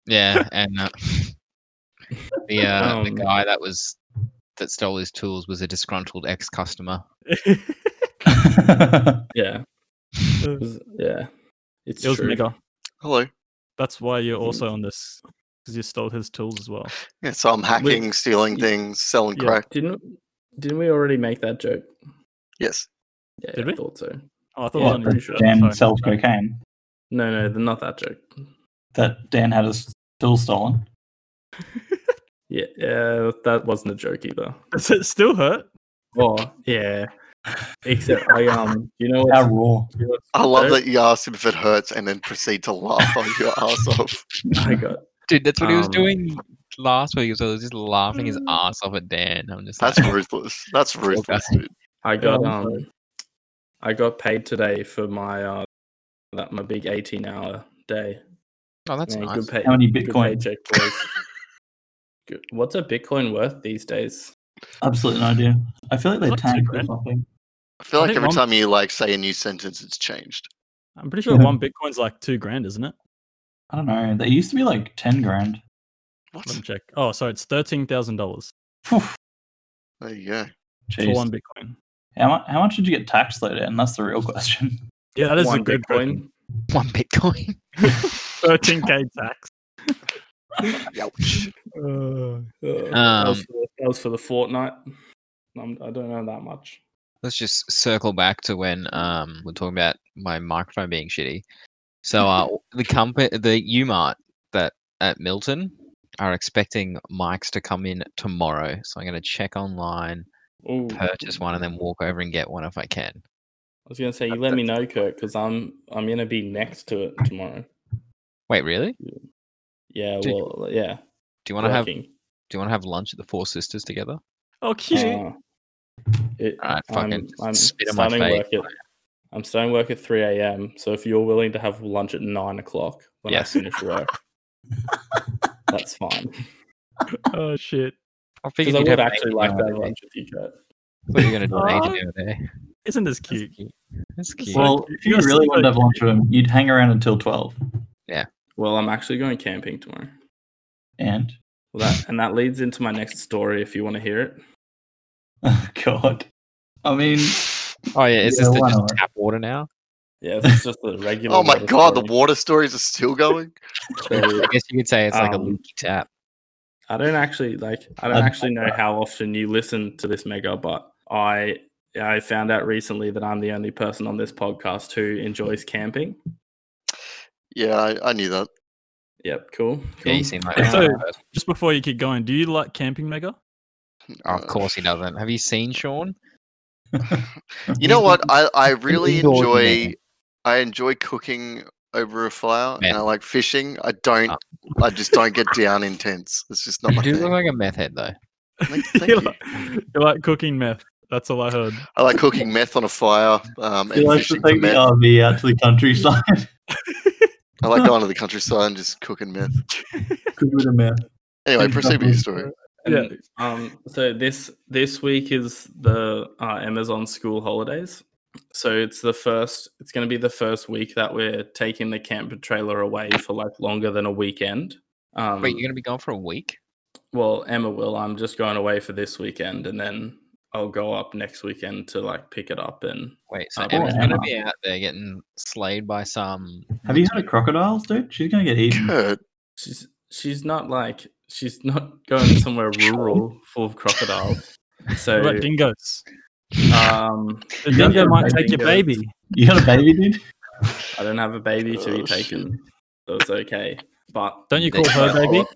[SPEAKER 3] Yeah, and uh, the uh, the
[SPEAKER 1] Um,
[SPEAKER 3] guy that was that stole his tools was a disgruntled ex customer.
[SPEAKER 4] it
[SPEAKER 1] Yeah, It was- yeah, it's
[SPEAKER 4] was
[SPEAKER 1] true.
[SPEAKER 4] mega.
[SPEAKER 5] Hello.
[SPEAKER 4] That's why
[SPEAKER 1] Mm-hmm.
[SPEAKER 4] you're also on this because you stole his tools as well.
[SPEAKER 5] Yeah, so I'm hacking, stealing
[SPEAKER 1] y-
[SPEAKER 5] things, selling
[SPEAKER 4] yeah.
[SPEAKER 5] crack.
[SPEAKER 1] Didn't didn't we already make that joke?
[SPEAKER 5] Yes.
[SPEAKER 1] Yeah,
[SPEAKER 4] Did
[SPEAKER 1] I
[SPEAKER 4] we?
[SPEAKER 1] thought so.
[SPEAKER 4] Oh, I thought
[SPEAKER 1] Yeah,
[SPEAKER 4] I
[SPEAKER 2] what,
[SPEAKER 4] was on
[SPEAKER 1] pretty
[SPEAKER 2] that
[SPEAKER 4] your sure.
[SPEAKER 2] Dan
[SPEAKER 4] Sorry.
[SPEAKER 2] sells cocaine.
[SPEAKER 1] No, no, th- not that joke.
[SPEAKER 2] That Dan had his tool stolen.
[SPEAKER 1] Yeah, yeah, that wasn't a joke either.
[SPEAKER 4] Does it still hurt?
[SPEAKER 1] Oh, yeah. Except I um, you know
[SPEAKER 2] How
[SPEAKER 1] what?
[SPEAKER 2] raw.
[SPEAKER 5] I love
[SPEAKER 1] Hello?
[SPEAKER 5] that you asked him if it hurts and then proceed to laugh on your ass off.
[SPEAKER 1] I got.
[SPEAKER 3] Dude, that's what he was
[SPEAKER 1] Um, Mm.
[SPEAKER 3] doing last week. So he was just laughing his ass off at Dan. I'm just
[SPEAKER 5] That's
[SPEAKER 3] like,
[SPEAKER 5] ruthless. That's ruthless, dude.
[SPEAKER 1] I got
[SPEAKER 4] I'm sorry.
[SPEAKER 1] um, I got paid today for my uh, that my big eighteen hour day.
[SPEAKER 3] oh, that's
[SPEAKER 1] Man,
[SPEAKER 3] nice.
[SPEAKER 1] pay-
[SPEAKER 2] How many
[SPEAKER 1] good
[SPEAKER 2] Bitcoin?
[SPEAKER 1] paycheck, boys. Good- What's a Bitcoin worth these days?
[SPEAKER 2] Absolutely no idea. I feel like they
[SPEAKER 4] It's like two
[SPEAKER 2] tanked or
[SPEAKER 4] grand.
[SPEAKER 2] something.
[SPEAKER 5] I feel
[SPEAKER 4] I
[SPEAKER 5] like
[SPEAKER 4] think
[SPEAKER 5] every
[SPEAKER 4] one-
[SPEAKER 5] time you like say a new sentence, it's changed.
[SPEAKER 4] I'm pretty sure
[SPEAKER 2] Yeah.
[SPEAKER 4] one bitcoin's like two grand, isn't it?
[SPEAKER 2] I don't know. They used to be like ten grand.
[SPEAKER 5] What?
[SPEAKER 4] Let me check. Oh, sorry, it's thirteen thousand dollars
[SPEAKER 2] Phew,
[SPEAKER 5] There you go.
[SPEAKER 4] for
[SPEAKER 2] Jeez.
[SPEAKER 4] one bitcoin.
[SPEAKER 2] How, mu- how much did you get taxed though, Dan? That's the real question.
[SPEAKER 4] Yeah, that is
[SPEAKER 1] One
[SPEAKER 4] a good coin.
[SPEAKER 1] Bitcoin.
[SPEAKER 3] One Bitcoin.
[SPEAKER 4] Thirteen k tax.
[SPEAKER 5] Ouch.
[SPEAKER 1] Uh, that, was
[SPEAKER 3] Um,
[SPEAKER 1] for the, that was for the fortnight. I'm, I don't know that much.
[SPEAKER 3] Let's just circle back to when um we're talking about my microphone being shitty. So uh the company the UMart that at Milton are expecting mics to come in tomorrow. So I'm gonna check online,
[SPEAKER 1] Ooh.
[SPEAKER 3] purchase one and then walk over and get one if I can.
[SPEAKER 1] I was gonna say you let me know, Kurt, because I'm I'm gonna be next to it tomorrow.
[SPEAKER 3] Wait, really?
[SPEAKER 1] Yeah,
[SPEAKER 3] Dude.
[SPEAKER 1] well, yeah.
[SPEAKER 3] Do you wanna have do
[SPEAKER 1] working.
[SPEAKER 3] you wanna have lunch at the Four Sisters together?
[SPEAKER 4] Oh, cute.
[SPEAKER 1] Uh, It,
[SPEAKER 3] All right,
[SPEAKER 1] I'm,
[SPEAKER 3] fucking
[SPEAKER 1] I'm
[SPEAKER 3] spit in my
[SPEAKER 1] starting
[SPEAKER 3] face.
[SPEAKER 1] work at I'm starting work at 3 a.m. So if you're willing to have lunch at nine o'clock when
[SPEAKER 3] Yes.
[SPEAKER 1] I finish work, that's fine.
[SPEAKER 4] oh shit!
[SPEAKER 3] I
[SPEAKER 1] Because
[SPEAKER 3] figured
[SPEAKER 1] I
[SPEAKER 3] you'd
[SPEAKER 1] would
[SPEAKER 3] have an
[SPEAKER 1] actually
[SPEAKER 3] agent
[SPEAKER 1] like
[SPEAKER 3] over
[SPEAKER 1] that
[SPEAKER 3] there.
[SPEAKER 1] lunch with you, Kurt.
[SPEAKER 3] What are you gonna do? An
[SPEAKER 4] Aw.
[SPEAKER 3] agent over there.
[SPEAKER 4] Isn't this
[SPEAKER 3] That's
[SPEAKER 4] cute?
[SPEAKER 3] cute. That's
[SPEAKER 4] That's
[SPEAKER 3] cute.
[SPEAKER 4] so
[SPEAKER 2] Well,
[SPEAKER 4] cute.
[SPEAKER 2] if you
[SPEAKER 4] You're
[SPEAKER 2] really
[SPEAKER 4] so
[SPEAKER 2] wanted to have lunch with him, you'd hang around until twelve.
[SPEAKER 1] Well, I'm actually going camping tomorrow.
[SPEAKER 2] And
[SPEAKER 1] Well, that and that leads into my next story if you want to hear it.
[SPEAKER 2] oh god, I mean,
[SPEAKER 3] oh yeah, is
[SPEAKER 2] Yeah,
[SPEAKER 3] this the
[SPEAKER 2] why
[SPEAKER 3] just
[SPEAKER 2] not?
[SPEAKER 3] tap water now?
[SPEAKER 1] Yeah, it's just a regular.
[SPEAKER 5] Oh my
[SPEAKER 1] water
[SPEAKER 5] god, the
[SPEAKER 1] story.
[SPEAKER 5] water stories are still going.
[SPEAKER 1] So,
[SPEAKER 3] I guess you could say it's like a
[SPEAKER 1] Um,
[SPEAKER 3] leaky tap.
[SPEAKER 1] I don't actually like. I
[SPEAKER 3] Um,
[SPEAKER 1] don't
[SPEAKER 2] I'd-
[SPEAKER 1] actually know how often you listen to this mega, but I I found out recently that I'm the only person on this podcast who enjoys camping.
[SPEAKER 5] Yeah, I, I knew that.
[SPEAKER 1] Yep, cool. cool.
[SPEAKER 3] Yeah, you seem like
[SPEAKER 4] Yeah.
[SPEAKER 3] that.
[SPEAKER 4] So-
[SPEAKER 3] kind of person.
[SPEAKER 4] Just before you keep going, do you like camping, Mega?
[SPEAKER 3] Oh, of
[SPEAKER 5] Uh,
[SPEAKER 3] course he doesn't. Have you seen Sean?
[SPEAKER 5] You know what? I, I really
[SPEAKER 3] indoor
[SPEAKER 5] enjoy
[SPEAKER 3] man.
[SPEAKER 5] I enjoy cooking over a fire
[SPEAKER 3] Man.
[SPEAKER 5] and I like fishing. I don't
[SPEAKER 3] Oh.
[SPEAKER 5] I just don't get down intense. It's just
[SPEAKER 1] Oh
[SPEAKER 5] not
[SPEAKER 3] You
[SPEAKER 5] my
[SPEAKER 3] do look
[SPEAKER 5] thing.
[SPEAKER 3] like a meth head though.
[SPEAKER 5] Thank- thank
[SPEAKER 4] you
[SPEAKER 5] you.
[SPEAKER 4] like, you like cooking meth. That's all I heard.
[SPEAKER 5] I like cooking meth on a fire um,
[SPEAKER 2] he
[SPEAKER 5] and
[SPEAKER 2] likes to
[SPEAKER 5] fishing for
[SPEAKER 2] take the
[SPEAKER 5] meth.
[SPEAKER 2] RV out to the countryside.
[SPEAKER 5] I like going to the countryside and just cooking meth.
[SPEAKER 2] Good with a meth.
[SPEAKER 5] Anyway,
[SPEAKER 2] And
[SPEAKER 5] proceed with your
[SPEAKER 2] chocolate.
[SPEAKER 5] story.
[SPEAKER 1] And, Um. So this this week is the uh, Amazon school holidays. So it's the first. It's going to be the first week that we're taking the camper trailer away for like longer than a weekend. Um,
[SPEAKER 3] Wait, you're gonna be gone for a week?
[SPEAKER 1] well, Emma will. I'm just going away for this weekend, and then I'll go up next weekend to like pick it up. And
[SPEAKER 3] Wait, so
[SPEAKER 1] Uh,
[SPEAKER 3] Emma's
[SPEAKER 2] yeah,
[SPEAKER 3] gonna
[SPEAKER 2] Emma.
[SPEAKER 3] be out there getting slayed by some.
[SPEAKER 2] Have you heard of crocodiles, dude? She's gonna get eaten.
[SPEAKER 5] Kurt,
[SPEAKER 1] she's she's not like she's not going somewhere rural full of crocodiles.
[SPEAKER 4] What
[SPEAKER 1] So
[SPEAKER 4] about dingoes?
[SPEAKER 1] um,
[SPEAKER 4] The
[SPEAKER 2] You don't
[SPEAKER 4] dingo
[SPEAKER 2] have
[SPEAKER 4] might
[SPEAKER 2] any
[SPEAKER 4] take your
[SPEAKER 1] dingoes.
[SPEAKER 4] baby.
[SPEAKER 2] You got a baby, dude?
[SPEAKER 1] I don't have a baby to be
[SPEAKER 5] Oh, shit.
[SPEAKER 1] taken, so it's okay. But
[SPEAKER 4] Don't you
[SPEAKER 3] They
[SPEAKER 4] call her
[SPEAKER 3] shout
[SPEAKER 4] baby?
[SPEAKER 5] out.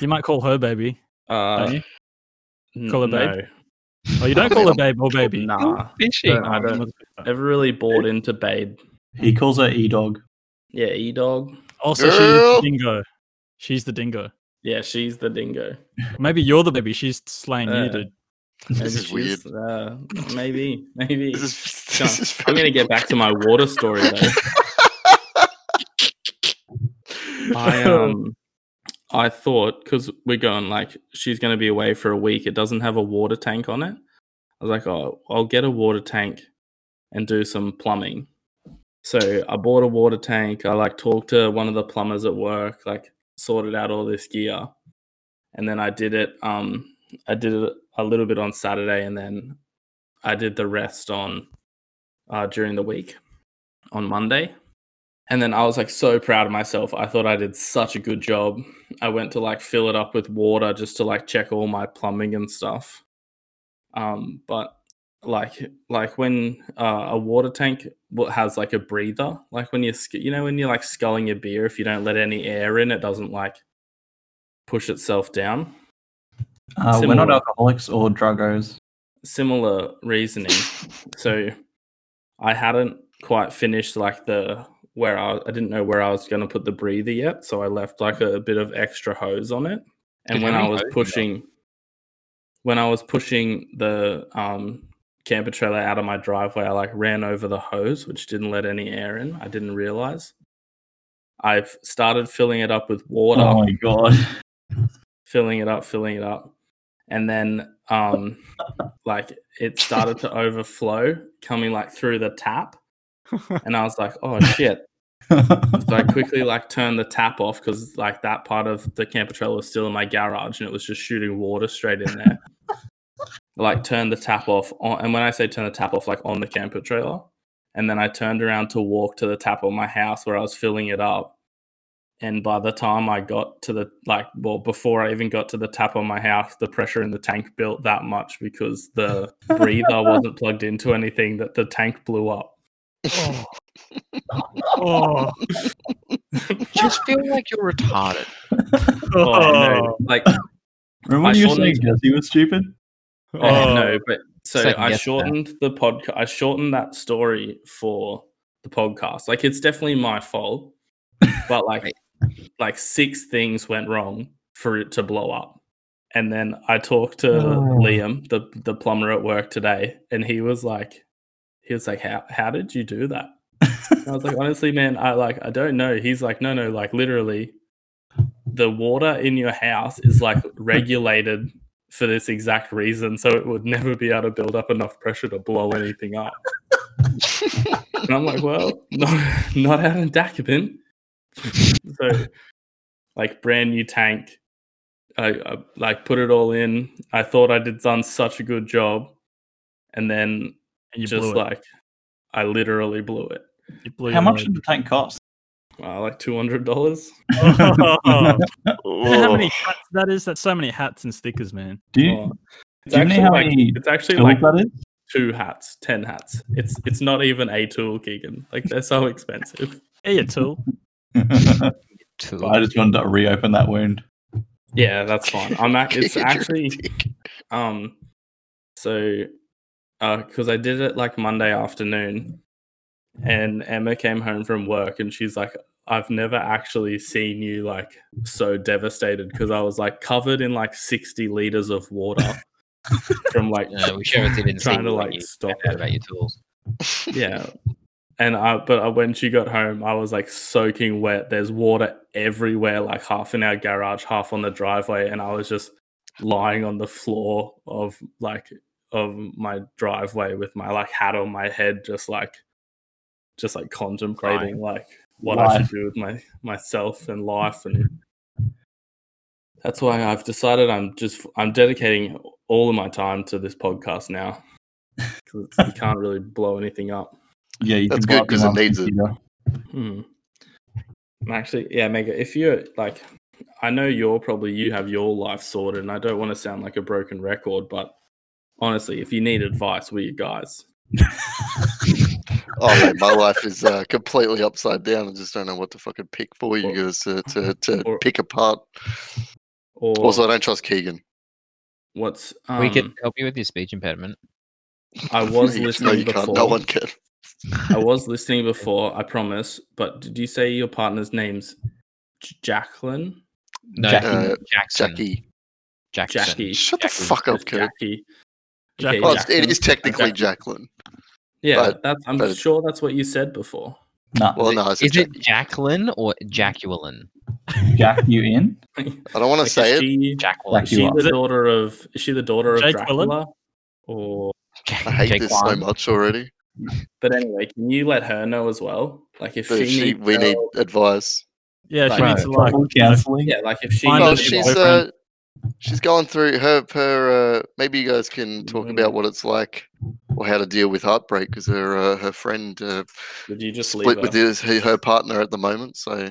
[SPEAKER 4] You might call her baby.
[SPEAKER 1] Uh,
[SPEAKER 4] Don't you?
[SPEAKER 1] n-
[SPEAKER 4] Call her babe?
[SPEAKER 1] no.
[SPEAKER 4] Oh, you don't call her babe or baby.
[SPEAKER 1] Nah.
[SPEAKER 3] Fishy.
[SPEAKER 1] Don't- I don't ever really bought into babe.
[SPEAKER 2] He calls her E Dog.
[SPEAKER 1] Yeah, E Dog.
[SPEAKER 4] Also, Oh, she's
[SPEAKER 5] Girl.
[SPEAKER 4] the dingo. She's the dingo.
[SPEAKER 1] Yeah, she's the dingo.
[SPEAKER 4] Maybe you're the baby. She's slaying
[SPEAKER 1] Uh,
[SPEAKER 4] you, dude.
[SPEAKER 1] Maybe
[SPEAKER 5] is
[SPEAKER 1] she's,
[SPEAKER 5] weird.
[SPEAKER 1] Uh, maybe, maybe.
[SPEAKER 5] this is,
[SPEAKER 1] Go
[SPEAKER 5] this
[SPEAKER 1] on.
[SPEAKER 5] is
[SPEAKER 1] I'm gonna
[SPEAKER 5] very-
[SPEAKER 1] get back to my water story though. I um, I thought because we're going like she's gonna be away for a week. It doesn't have a water tank on it. I was like, oh, I'll get a water tank and do some plumbing. So I bought a water tank. I like talked to one of the plumbers at work, like sorted out all this gear, and then I did it. Um, I did it a little bit on Saturday, and then I did the rest on uh, during the week on Monday. And then I was like so proud of myself. I thought I did such a good job. I went to like fill it up with water just to like check all my plumbing and stuff. Um, but like like when uh, a water tank wa- has like a breather, like when you're sc- you know when you're like sculling your beer, if you don't let any air in, it doesn't like push itself down.
[SPEAKER 2] Uh, we're not
[SPEAKER 1] Similar.
[SPEAKER 2] alcoholics or druggos.
[SPEAKER 1] similar reasoning. So I hadn't quite finished like the where I, I didn't know where I was going to put the breather yet, so I left like a, bit of extra hose on it. And
[SPEAKER 3] Did
[SPEAKER 1] when
[SPEAKER 3] you
[SPEAKER 1] I
[SPEAKER 3] have
[SPEAKER 1] was
[SPEAKER 3] hose in there?
[SPEAKER 1] pushing, when I was pushing the um, camper trailer out of my driveway, I like ran over the hose, which didn't let any air in. I didn't realize. I've started filling it up with water
[SPEAKER 2] Oh my god.
[SPEAKER 1] filling it up, filling it up. And then um like it started to overflow coming like through the tap. And I was like, oh shit. So I quickly like turned the tap off because like that part of the camper trailer was still in my garage and it was just shooting water straight in there. like turned the tap off on and when I say turn the tap off, like on the camper trailer. And then I turned around to walk to the tap on my house where I was filling it up. And by the time I got to the like well before I even got to the tap on my house, the pressure in the tank built that much because the breather wasn't plugged into anything that the tank blew up.
[SPEAKER 4] Oh,
[SPEAKER 3] just feel like you're retarded.
[SPEAKER 1] Oh, no. Like
[SPEAKER 2] Remember
[SPEAKER 1] I
[SPEAKER 2] when you were
[SPEAKER 1] saw
[SPEAKER 2] saying
[SPEAKER 1] these-
[SPEAKER 2] Jesse was stupid?
[SPEAKER 1] Uh,
[SPEAKER 4] Oh.
[SPEAKER 1] no, but so
[SPEAKER 3] Second
[SPEAKER 1] I
[SPEAKER 3] guess that.
[SPEAKER 1] shortened the podcast. I shortened that story for the podcast. Like it's definitely my fault, but like
[SPEAKER 3] Right.
[SPEAKER 1] like six things went wrong for it to blow up, And then I talked to
[SPEAKER 2] Oh.
[SPEAKER 1] Liam, the the plumber at work today, and he was like, he was like, how how did you do that? And I was like, honestly, man, I like I don't know. He's like, no, no, like literally, the water in your house is like regulated for this exact reason, so it would never be able to build up enough pressure to blow anything up. And I'm like, well, not not out in Dakabin. so, like, brand new tank. I, I like put it all in. I thought I did done such a good job, and then
[SPEAKER 4] And you
[SPEAKER 1] just
[SPEAKER 4] blew
[SPEAKER 1] like I literally blew it.
[SPEAKER 4] it. You blew
[SPEAKER 2] How
[SPEAKER 4] your
[SPEAKER 2] much did
[SPEAKER 4] load.
[SPEAKER 2] the tank cost?
[SPEAKER 1] Uh, like two hundred dollars.
[SPEAKER 2] Oh.
[SPEAKER 4] You know how many
[SPEAKER 5] Oh.
[SPEAKER 4] hats that is? That's so many hats and stickers, man.
[SPEAKER 2] Do you,
[SPEAKER 1] Oh. It's
[SPEAKER 2] do you know
[SPEAKER 1] actually
[SPEAKER 2] how
[SPEAKER 1] like
[SPEAKER 2] many
[SPEAKER 1] it's actually
[SPEAKER 2] tools
[SPEAKER 1] like
[SPEAKER 2] that is?
[SPEAKER 1] two hats, ten hats. It's it's not even a tool, Keegan. Like they're so expensive.
[SPEAKER 4] Yeah, your tool.
[SPEAKER 3] Two.
[SPEAKER 2] I just wanted to reopen that wound.
[SPEAKER 1] Yeah, that's fine. I'm at, it's
[SPEAKER 5] You're a
[SPEAKER 1] actually
[SPEAKER 5] dick.
[SPEAKER 1] um so because I did it like Monday afternoon, and Emma came home from work and she's like, I've never actually seen you like so devastated because I was like covered in like 60 liters of water from like
[SPEAKER 3] Yeah, we sure didn't see
[SPEAKER 1] trying to
[SPEAKER 3] you when
[SPEAKER 1] like
[SPEAKER 3] you
[SPEAKER 1] stop
[SPEAKER 3] Out
[SPEAKER 1] it.
[SPEAKER 3] about your tools.
[SPEAKER 1] Yeah. And I, but I, when she got home, I was like soaking wet. There's water everywhere, like half in our garage, half on the driveway. And I was just lying on the floor of like, of my driveway with my like hat on my head, just like, just like contemplating like what I
[SPEAKER 2] Life.
[SPEAKER 1] should do with my myself and life. And that's why I've decided I'm just, I'm dedicating all of my time to this podcast now because you can't really blow anything up.
[SPEAKER 2] Yeah, you
[SPEAKER 5] That's
[SPEAKER 2] can buy up your
[SPEAKER 5] good, 'cause it
[SPEAKER 2] mom's
[SPEAKER 5] needs it.
[SPEAKER 2] computer.
[SPEAKER 1] Hmm. And Actually, yeah, Mega, if you're like, I know you're probably, you have your life sorted, and I don't want to sound like a broken record, but honestly, if you need advice, we're your guys.
[SPEAKER 5] Oh, mate, my life is uh, completely upside down. I just don't know what to fucking pick for you guys to, to, to
[SPEAKER 1] Or-
[SPEAKER 5] pick apart.
[SPEAKER 1] Or
[SPEAKER 5] Also, I don't trust Keegan.
[SPEAKER 1] what's, um,
[SPEAKER 3] we could help you with your speech impediment.
[SPEAKER 1] I was
[SPEAKER 5] No,
[SPEAKER 1] listening
[SPEAKER 5] you can't.
[SPEAKER 1] before.
[SPEAKER 5] No one can.
[SPEAKER 1] I was listening before, I promise, but did you say your partner's name's J- Jacqueline?
[SPEAKER 3] No,
[SPEAKER 2] Jackie.
[SPEAKER 5] Uh,
[SPEAKER 3] Jackson.
[SPEAKER 5] Jackie.
[SPEAKER 3] Jackson.
[SPEAKER 1] Jackie.
[SPEAKER 5] Shut the
[SPEAKER 3] Jackie.
[SPEAKER 5] fuck up,
[SPEAKER 1] It's
[SPEAKER 5] Kev.
[SPEAKER 1] Jackie.
[SPEAKER 4] Jacqueline.
[SPEAKER 5] Well, it's- it
[SPEAKER 1] Jacqueline.
[SPEAKER 5] is technically
[SPEAKER 1] Jackie.
[SPEAKER 5] Jacqueline.
[SPEAKER 1] Yeah,
[SPEAKER 5] but-
[SPEAKER 1] that's, I'm
[SPEAKER 5] but-
[SPEAKER 1] sure that's what you said before.
[SPEAKER 2] Nah,
[SPEAKER 5] Well, no, it's
[SPEAKER 3] Is
[SPEAKER 5] Jack-
[SPEAKER 3] it Jacqueline or Jacqueline?
[SPEAKER 2] Jack you in?
[SPEAKER 5] I don't want to say it.
[SPEAKER 2] Jack
[SPEAKER 3] Jacqueline.
[SPEAKER 1] Is she
[SPEAKER 2] you
[SPEAKER 1] the
[SPEAKER 4] Is it-
[SPEAKER 1] daughter of? Is she the daughter of
[SPEAKER 4] Jake
[SPEAKER 1] Dracula?
[SPEAKER 4] Willen?
[SPEAKER 1] Or
[SPEAKER 3] Jack-
[SPEAKER 5] I hate
[SPEAKER 3] Jake
[SPEAKER 5] this so
[SPEAKER 3] Wan.
[SPEAKER 5] much already.
[SPEAKER 1] but anyway, can you let her know as well? Like if
[SPEAKER 5] But
[SPEAKER 1] she,
[SPEAKER 5] if she,
[SPEAKER 1] needs
[SPEAKER 5] we need
[SPEAKER 1] help-
[SPEAKER 5] advice.
[SPEAKER 4] Yeah, she
[SPEAKER 1] Right.
[SPEAKER 4] needs to like.
[SPEAKER 2] Trouble counseling.
[SPEAKER 1] yeah, like if she
[SPEAKER 4] Find
[SPEAKER 5] Well,
[SPEAKER 1] needs
[SPEAKER 4] out if
[SPEAKER 5] she's
[SPEAKER 1] advice-
[SPEAKER 5] uh,
[SPEAKER 4] boyfriend-
[SPEAKER 5] she's going through her her. Uh, maybe you guys can talk
[SPEAKER 1] Mm-hmm.
[SPEAKER 5] about what it's like or how to deal with heartbreak because her uh, her friend uh,
[SPEAKER 1] would you just leave
[SPEAKER 5] split
[SPEAKER 1] her?
[SPEAKER 5] with his, her her partner at the moment. So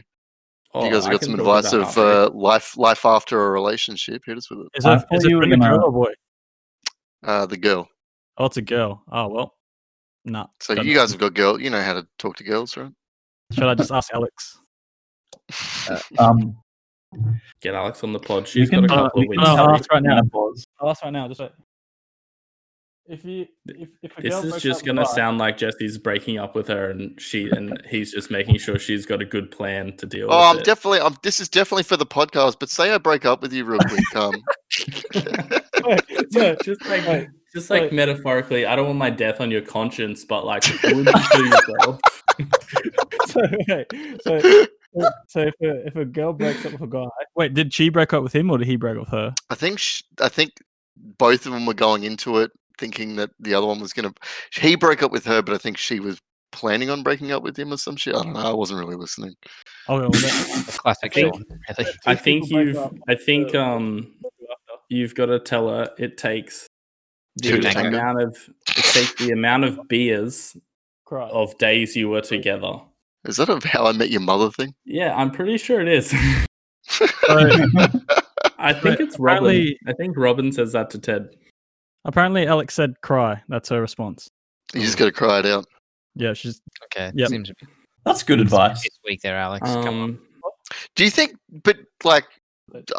[SPEAKER 1] Oh,
[SPEAKER 5] you guys
[SPEAKER 1] I
[SPEAKER 5] have got
[SPEAKER 1] can
[SPEAKER 5] some
[SPEAKER 1] talk about
[SPEAKER 5] advice of
[SPEAKER 1] Harvey.
[SPEAKER 5] uh, life life after a relationship. Hit us with it.
[SPEAKER 4] Is
[SPEAKER 2] I
[SPEAKER 4] it,
[SPEAKER 2] thought
[SPEAKER 4] is
[SPEAKER 2] you
[SPEAKER 4] it
[SPEAKER 2] were
[SPEAKER 4] been a
[SPEAKER 2] gonna-
[SPEAKER 4] girl or boy?
[SPEAKER 5] Uh, the girl.
[SPEAKER 4] Oh, it's a girl. Oh well. Nah.
[SPEAKER 5] So
[SPEAKER 4] don't
[SPEAKER 5] you
[SPEAKER 4] know.
[SPEAKER 5] guys have got girl. You know how to talk to girls, right?
[SPEAKER 4] Should I just ask Alex?
[SPEAKER 2] Um,
[SPEAKER 1] get Alex on the pod.
[SPEAKER 2] you
[SPEAKER 1] She's got
[SPEAKER 2] can
[SPEAKER 1] a
[SPEAKER 2] uh,
[SPEAKER 1] couple
[SPEAKER 2] you
[SPEAKER 1] of
[SPEAKER 2] can
[SPEAKER 1] weeks.
[SPEAKER 4] no,
[SPEAKER 2] tell
[SPEAKER 1] free.
[SPEAKER 2] us right now. Pause.
[SPEAKER 4] I'll ask right now. Just like, if you, if, if a
[SPEAKER 1] This is just gonna sound like Jesse's breaking up with her, and she and he's just making sure she's got a good plan to deal
[SPEAKER 5] Oh, I'm
[SPEAKER 1] with it.
[SPEAKER 5] definitely. I'm. This is definitely for the podcast. But say I break up with you real quick. Um,
[SPEAKER 4] no,
[SPEAKER 1] just like
[SPEAKER 4] Wait,
[SPEAKER 1] just like
[SPEAKER 4] wait.
[SPEAKER 1] metaphorically, I don't want my death on your conscience, but like would you do yourself?
[SPEAKER 4] so, okay, so, so if, a, if a girl breaks up with a guy, wait, did she break up with him or did he break up with her?
[SPEAKER 5] I think sh I think both of them were going into it thinking that the other one was gonna. He broke up with her, but I think she was planning on breaking up with him or some shit. I don't know. I wasn't really listening.
[SPEAKER 4] Okay, well, that,
[SPEAKER 3] Classic
[SPEAKER 1] Think-
[SPEAKER 3] Sean. Really.
[SPEAKER 1] I
[SPEAKER 4] Two
[SPEAKER 1] think
[SPEAKER 4] people break
[SPEAKER 1] you've
[SPEAKER 4] up,
[SPEAKER 1] I think
[SPEAKER 4] uh,
[SPEAKER 1] um you've got to tell her it takes the
[SPEAKER 5] Two to tango.
[SPEAKER 1] amount of it takes the amount of beers
[SPEAKER 4] Christ.
[SPEAKER 1] of days you were together.
[SPEAKER 5] Is that a how I met your mother thing?
[SPEAKER 1] Yeah, I'm pretty sure it is.
[SPEAKER 2] Oh,
[SPEAKER 4] So,
[SPEAKER 1] I think it's Robin.
[SPEAKER 4] apparently-
[SPEAKER 1] I think Robin says that to Ted.
[SPEAKER 4] apparently, Alex said cry. That's her response.
[SPEAKER 5] You just gotta cry it out.
[SPEAKER 4] Yeah, she's
[SPEAKER 3] Okay.
[SPEAKER 4] Yep.
[SPEAKER 3] Seems a bit
[SPEAKER 2] That's good advice.
[SPEAKER 3] this week there, Alex. Come on.
[SPEAKER 1] Um,
[SPEAKER 5] Do you think? But like,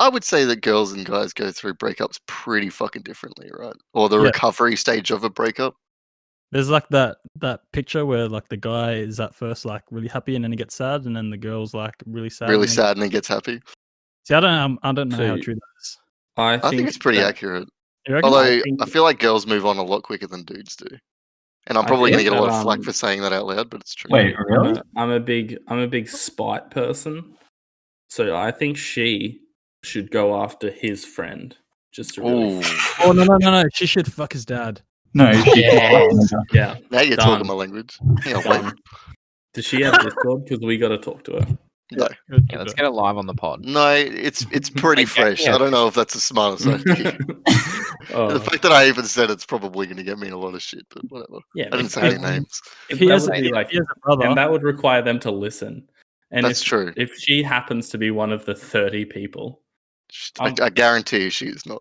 [SPEAKER 5] I would say that girls and guys go through breakups pretty fucking differently, right? Or the
[SPEAKER 4] Yeah.
[SPEAKER 5] recovery stage of a breakup.
[SPEAKER 4] there's like that that picture where like the guy is at first like really happy and then he gets sad and then the girl's like really sad.
[SPEAKER 5] Really
[SPEAKER 4] and then-
[SPEAKER 5] sad and then gets happy.
[SPEAKER 4] See, I don't um, I don't know
[SPEAKER 1] So
[SPEAKER 4] how
[SPEAKER 1] you-
[SPEAKER 4] true that is.
[SPEAKER 1] I,
[SPEAKER 5] I think it's pretty
[SPEAKER 1] that-
[SPEAKER 5] accurate.
[SPEAKER 4] You reckon?
[SPEAKER 5] Although I,
[SPEAKER 1] think-
[SPEAKER 5] feel like girls move on a lot quicker than dudes do, and I'm
[SPEAKER 1] I
[SPEAKER 5] probably going to
[SPEAKER 1] think
[SPEAKER 5] get a lot
[SPEAKER 1] that,
[SPEAKER 5] of flack
[SPEAKER 1] um,
[SPEAKER 5] for saying that out loud, but it's true.
[SPEAKER 2] Wait,
[SPEAKER 1] I'm
[SPEAKER 2] really?
[SPEAKER 1] a, uh, I'm a big I'm a big spite person, so I think she should go after his friend just to really
[SPEAKER 5] Ooh,
[SPEAKER 4] oh no no no no! She should fuck his dad.
[SPEAKER 2] No, she
[SPEAKER 3] Yes.
[SPEAKER 1] yeah.
[SPEAKER 5] now you're
[SPEAKER 1] Done.
[SPEAKER 5] talking my language. Yeah, wait,
[SPEAKER 1] Um, does she have Discord? Because we got to talk to her.
[SPEAKER 5] no,
[SPEAKER 3] Yeah, let's get it live on the pod.
[SPEAKER 5] no, it's it's pretty
[SPEAKER 3] Like, yeah,
[SPEAKER 5] fresh.
[SPEAKER 3] yeah.
[SPEAKER 5] I don't know if that's the smartest idea.
[SPEAKER 1] oh,
[SPEAKER 5] The fact that I even said it's probably going to get me in a lot of shit, but whatever.
[SPEAKER 1] yeah,
[SPEAKER 5] I didn't say
[SPEAKER 1] because
[SPEAKER 5] any names.
[SPEAKER 1] if
[SPEAKER 4] He
[SPEAKER 1] that
[SPEAKER 4] has,
[SPEAKER 1] would
[SPEAKER 4] a,
[SPEAKER 1] be like-
[SPEAKER 4] he has a brother.
[SPEAKER 1] and that would require them to listen. And
[SPEAKER 5] That's
[SPEAKER 1] if,
[SPEAKER 5] true.
[SPEAKER 1] if she happens to be one of the thirty people,
[SPEAKER 5] Sh- I,
[SPEAKER 1] um,
[SPEAKER 5] I guarantee you she's not.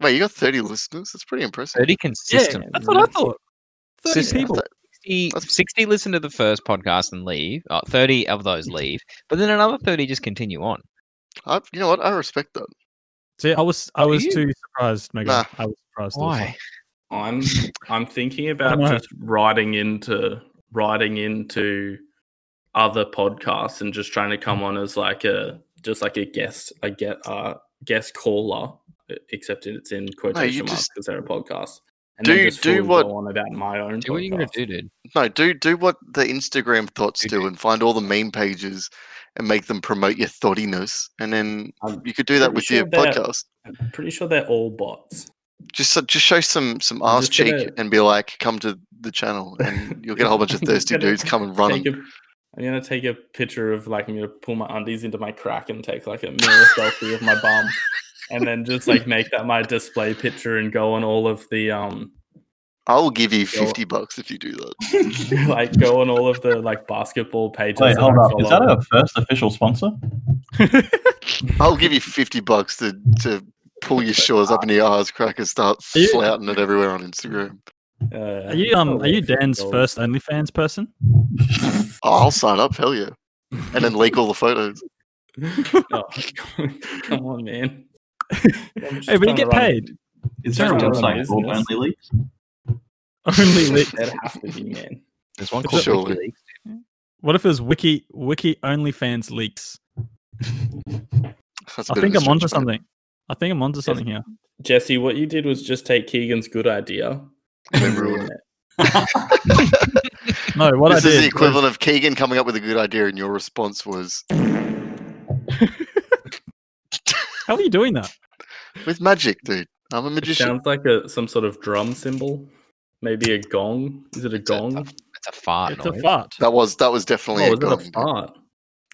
[SPEAKER 5] Wait, you got 30 listeners? That's pretty impressive.
[SPEAKER 3] Pretty
[SPEAKER 4] yeah,
[SPEAKER 3] consistent.
[SPEAKER 4] that's what I thought. Thirty
[SPEAKER 3] Sister.
[SPEAKER 4] people.
[SPEAKER 3] 60,
[SPEAKER 5] That's-
[SPEAKER 3] 60 listen to the first podcast and leave. Uh, 30 of those leave. But then another 30 just continue on.
[SPEAKER 5] I, you know what? I respect that.
[SPEAKER 4] See, I was I was
[SPEAKER 3] you?
[SPEAKER 4] too surprised, Megan.
[SPEAKER 5] Nah.
[SPEAKER 4] I was surprised. also.
[SPEAKER 3] Why?
[SPEAKER 1] I'm I'm thinking about
[SPEAKER 4] know.
[SPEAKER 1] just writing into writing into other podcasts and just trying to come on as like a just like a guest a get uh guest caller, e- except it's in quotation marks
[SPEAKER 5] just-
[SPEAKER 1] because they're a podcast. And
[SPEAKER 5] Do- do
[SPEAKER 1] fully
[SPEAKER 5] what-
[SPEAKER 1] go on about my own.
[SPEAKER 3] Do what you're going
[SPEAKER 1] podcast.
[SPEAKER 3] to do, dude.
[SPEAKER 5] No, do do what the Instagram thoughts
[SPEAKER 3] You
[SPEAKER 1] Mm-hmm.
[SPEAKER 5] do and find all the meme pages and make them promote your thoughtiness. And then
[SPEAKER 1] I'm
[SPEAKER 5] you could do that
[SPEAKER 1] pretty
[SPEAKER 5] with your
[SPEAKER 1] sure they're-
[SPEAKER 5] podcast.
[SPEAKER 1] I'm pretty sure they're all bots.
[SPEAKER 5] Just so- just show some some
[SPEAKER 1] I'm
[SPEAKER 5] ass
[SPEAKER 1] just
[SPEAKER 5] cheek
[SPEAKER 1] gonna-
[SPEAKER 5] and be like, come to the channel, and you'll get a whole bunch of
[SPEAKER 1] I'm
[SPEAKER 5] thirsty
[SPEAKER 1] gonna
[SPEAKER 5] dudes come and run.
[SPEAKER 1] Take a, I'm gonna take a picture of like I'm gonna pull my undies into my crack and take like a mirror selfie of my bum, and then just like make that my display picture and go on all of the um
[SPEAKER 5] I will give you
[SPEAKER 1] Go-
[SPEAKER 5] 50 bucks if you do that.
[SPEAKER 1] like go on all of the like basketball pages.
[SPEAKER 2] Wait,
[SPEAKER 1] that
[SPEAKER 2] hold
[SPEAKER 1] I
[SPEAKER 2] up. Is that
[SPEAKER 1] follow.
[SPEAKER 2] our first official sponsor?
[SPEAKER 5] I'll give you 50 bucks to to pull your shores up into your ass crack and start
[SPEAKER 4] Are you-
[SPEAKER 5] flouting it everywhere on Instagram.
[SPEAKER 1] Uh,
[SPEAKER 4] Are you um
[SPEAKER 1] oh,
[SPEAKER 4] are you
[SPEAKER 1] yeah,
[SPEAKER 4] Dan's
[SPEAKER 1] gold.
[SPEAKER 4] first OnlyFans person?
[SPEAKER 5] Oh, I'll sign up, hell yeah. And then leak all the photos.
[SPEAKER 1] Oh, come on, man. I'm just
[SPEAKER 4] Hey, but
[SPEAKER 1] trying to
[SPEAKER 4] you get
[SPEAKER 1] run a-
[SPEAKER 4] paid.
[SPEAKER 2] Is there a
[SPEAKER 1] Just run a
[SPEAKER 2] website called
[SPEAKER 1] business.
[SPEAKER 2] Only Leaks?
[SPEAKER 4] Only lit.
[SPEAKER 1] That'd have to be man.
[SPEAKER 3] There's one
[SPEAKER 4] Is
[SPEAKER 3] called
[SPEAKER 5] it- Surely.
[SPEAKER 3] WikiLeaks.
[SPEAKER 4] What if it was Wiki Wiki OnlyFans leaks?
[SPEAKER 5] That's a
[SPEAKER 4] I
[SPEAKER 5] bit of
[SPEAKER 4] think
[SPEAKER 5] a
[SPEAKER 4] I'm onto
[SPEAKER 5] stretch, mate.
[SPEAKER 4] something. I think I'm onto something here.
[SPEAKER 1] Jesse, what you did was just take Keegan's good idea and
[SPEAKER 5] And then ruin
[SPEAKER 1] ruin
[SPEAKER 5] it.
[SPEAKER 1] it.
[SPEAKER 4] No, what
[SPEAKER 5] this
[SPEAKER 4] I
[SPEAKER 5] is
[SPEAKER 4] did.
[SPEAKER 5] the equivalent of Keegan coming up with a good idea, and your response was
[SPEAKER 4] How are you doing that?
[SPEAKER 5] with magic, dude. I'm a
[SPEAKER 1] It
[SPEAKER 5] magician.
[SPEAKER 1] sounds like a some sort of drum symbol, maybe a gong. Is it a
[SPEAKER 3] It's a-
[SPEAKER 1] gong?
[SPEAKER 3] It's a fart
[SPEAKER 4] It's a
[SPEAKER 3] noise.
[SPEAKER 4] fart.
[SPEAKER 5] That was that was definitely
[SPEAKER 1] Oh,
[SPEAKER 5] a
[SPEAKER 1] is it
[SPEAKER 5] gong.
[SPEAKER 1] a
[SPEAKER 5] dude.
[SPEAKER 1] fart?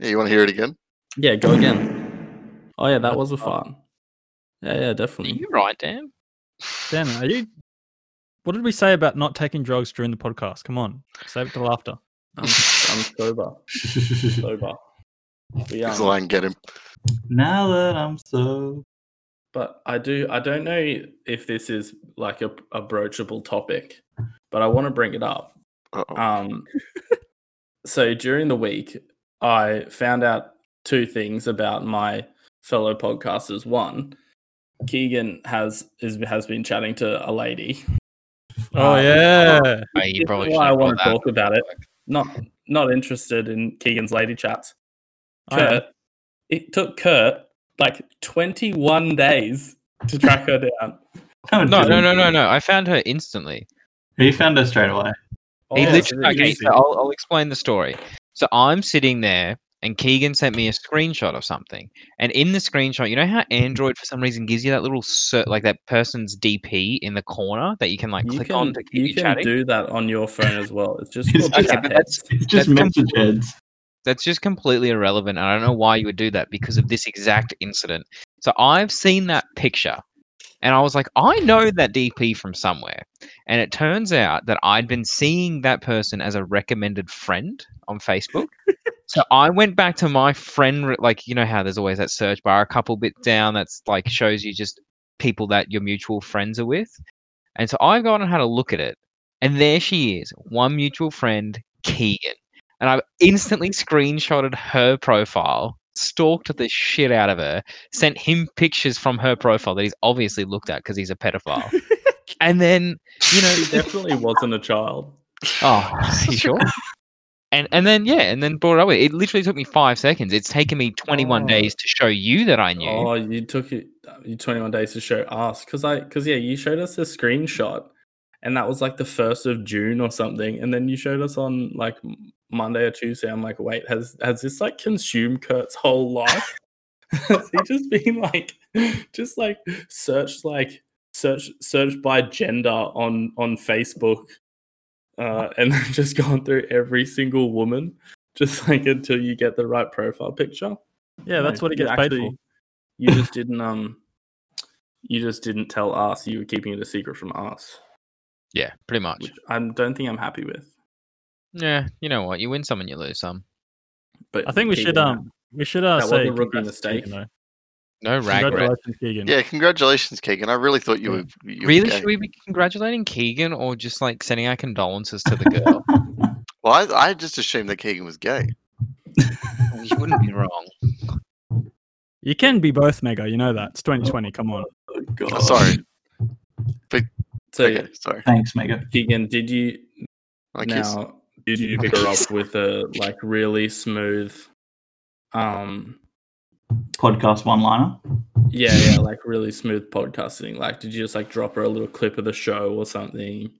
[SPEAKER 5] Yeah, you want to hear it again?
[SPEAKER 1] Yeah, go again. Oh yeah, that was a fart. Yeah, yeah,
[SPEAKER 3] Are
[SPEAKER 1] definitely.
[SPEAKER 3] you right, Dan?
[SPEAKER 4] Dan, are you? What did we say about not taking drugs during the podcast? Come on, save it till after.
[SPEAKER 1] I'm, I'm sober. Sober. We,
[SPEAKER 5] Because
[SPEAKER 1] um,
[SPEAKER 5] I can get him.
[SPEAKER 2] now that I'm so.
[SPEAKER 1] but I do. I don't know if this is like a, a broachable topic, but I want to bring it up.
[SPEAKER 4] Oh.
[SPEAKER 5] Uh-oh.
[SPEAKER 1] Um, so during the week, I found out two things about my fellow podcasters. One, Keegan has is has been chatting to a lady.
[SPEAKER 4] Oh
[SPEAKER 1] Uh,
[SPEAKER 4] yeah,
[SPEAKER 3] Oh, you
[SPEAKER 1] This
[SPEAKER 3] probably
[SPEAKER 1] is why I
[SPEAKER 3] shouldn't
[SPEAKER 1] want
[SPEAKER 3] have
[SPEAKER 1] to
[SPEAKER 3] brought
[SPEAKER 1] talk about it.
[SPEAKER 3] that up.
[SPEAKER 1] Not not interested in Keegan's lady chats.
[SPEAKER 4] I am.
[SPEAKER 1] Kurt, it took Kurt like twenty one days to track her down.
[SPEAKER 3] No, no, no, no, no. I found her instantly.
[SPEAKER 2] He found her straight away.
[SPEAKER 1] Oh,
[SPEAKER 3] He
[SPEAKER 1] yeah,
[SPEAKER 3] literally,
[SPEAKER 1] really
[SPEAKER 3] okay,
[SPEAKER 1] easy.
[SPEAKER 3] so I'll, I'll explain the story. So I'm sitting there, and Keegan sent me a screenshot of something. And in the screenshot, you know how Android for some reason gives you that little cir- like that person's DP in the corner that you can like
[SPEAKER 1] you
[SPEAKER 3] click
[SPEAKER 1] can,
[SPEAKER 3] on to keep
[SPEAKER 1] you
[SPEAKER 3] you,
[SPEAKER 1] can
[SPEAKER 3] chatting.
[SPEAKER 1] do that on your phone as well. It's just
[SPEAKER 2] It's-
[SPEAKER 1] called
[SPEAKER 2] okay,
[SPEAKER 1] chat
[SPEAKER 3] but that's-
[SPEAKER 1] heads.
[SPEAKER 2] It's just
[SPEAKER 3] That's
[SPEAKER 2] message
[SPEAKER 3] completely-
[SPEAKER 2] heads.
[SPEAKER 3] That's just completely irrelevant, and I don't know why you would do that because of this exact incident. So I've seen that picture, and I was like, I know that DP from somewhere. And it turns out that I'd been seeing that person as a recommended friend on Facebook. so I went back to my friend, re- like you know how there's always that search bar a couple bits down that's like shows you just people that your mutual friends are with. And so I've gone and had a look at it, and there she is, one mutual friend, Keegan. And I've instantly screenshotted her profile, stalked the shit out of her, sent him pictures from her profile that he's obviously looked at because he's a pedophile. and then, you know,
[SPEAKER 1] She definitely wasn't a child.
[SPEAKER 3] oh, you sure? And and then yeah, and then brought it up. with- It literally took me five seconds. It's taken me 21
[SPEAKER 1] Oh.
[SPEAKER 3] days to show you that I knew.
[SPEAKER 1] Oh, you took it. your 21 days to show us because I because yeah, you showed us a screenshot, and that was like the first of June or something, and then you showed us on like M- Monday or Tuesday. I'm like, wait, has has this like consumed Kurt's whole life? has he just been like, just like searched like search search by gender on on Facebook, uh, and then just gone through every single woman, just like until you get the right profile picture.
[SPEAKER 4] Yeah,
[SPEAKER 1] No,
[SPEAKER 4] that's what it
[SPEAKER 1] you
[SPEAKER 4] gets paid for.
[SPEAKER 1] actually- You just didn't um you just didn't tell us you were keeping it a secret from us.
[SPEAKER 3] Yeah, pretty much.
[SPEAKER 1] Which I don't think I'm happy with.
[SPEAKER 3] Yeah, you know what? You win some and you lose some.
[SPEAKER 1] But
[SPEAKER 4] I think we should
[SPEAKER 1] keeping that-
[SPEAKER 4] um we should uh
[SPEAKER 1] That was
[SPEAKER 4] say
[SPEAKER 1] a rookie
[SPEAKER 4] congrats to
[SPEAKER 1] mistake.
[SPEAKER 4] Keegan, though.
[SPEAKER 3] No rag rat.
[SPEAKER 4] Congratulations, Keegan.
[SPEAKER 5] Yeah, congratulations, Keegan. I really thought you were. You were
[SPEAKER 3] Really?
[SPEAKER 5] gay.
[SPEAKER 3] Should we be congratulating Keegan or just like sending our condolences to the girl?
[SPEAKER 5] Well, I, I just assumed that Keegan was gay.
[SPEAKER 3] you wouldn't be wrong.
[SPEAKER 4] You can be both, Mega. You know that. It's 2020. Come on.
[SPEAKER 1] oh, God.
[SPEAKER 5] Oh, sorry.
[SPEAKER 1] So
[SPEAKER 5] okay, sorry.
[SPEAKER 2] Thanks, Mega.
[SPEAKER 1] Keegan, did you
[SPEAKER 5] I kiss.
[SPEAKER 1] now did you pick her up with a like really smooth um
[SPEAKER 2] Podcast one liner.
[SPEAKER 1] yeah, yeah, like really smooth podcasting. Like, did you just like drop her a little clip of the show or something?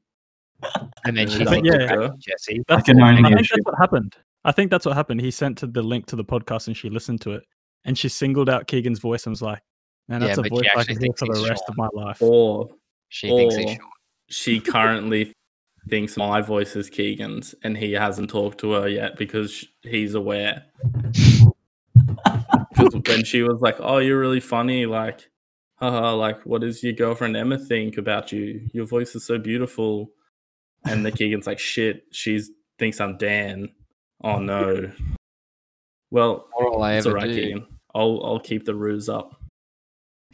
[SPEAKER 3] And then
[SPEAKER 1] Yeah,
[SPEAKER 3] she
[SPEAKER 1] I
[SPEAKER 3] like
[SPEAKER 4] think- yeah.
[SPEAKER 3] yeah. Jesse.
[SPEAKER 2] I
[SPEAKER 4] That's
[SPEAKER 2] can only
[SPEAKER 4] I think
[SPEAKER 2] assume.
[SPEAKER 4] that's what happened. I think that's what happened. He sent to the link to the podcast and she listened to it and she singled out Keegan's voice and was like, "Man,
[SPEAKER 3] Yeah,
[SPEAKER 4] that's
[SPEAKER 3] but
[SPEAKER 4] a
[SPEAKER 3] she
[SPEAKER 4] voice I
[SPEAKER 3] actually
[SPEAKER 4] can hear
[SPEAKER 3] thinks
[SPEAKER 4] for the
[SPEAKER 3] he's
[SPEAKER 4] rest of my life."
[SPEAKER 1] Or
[SPEAKER 3] She thinks
[SPEAKER 1] Or-
[SPEAKER 3] he's short.
[SPEAKER 1] she currently thinks my voice is Keegan's, and he hasn't talked to her yet because sh- he's aware. Because when she was like, "Oh, you're really funny," like, haha, like, what does your girlfriend Emma think about you? Your voice is so beautiful, and the Keegan's like, "Shit, she thinks I'm Dan." Oh no. Well,
[SPEAKER 3] Or all I
[SPEAKER 1] it's
[SPEAKER 3] ever
[SPEAKER 1] alright,
[SPEAKER 3] do.
[SPEAKER 1] Keegan. I'll I'll keep the ruse up.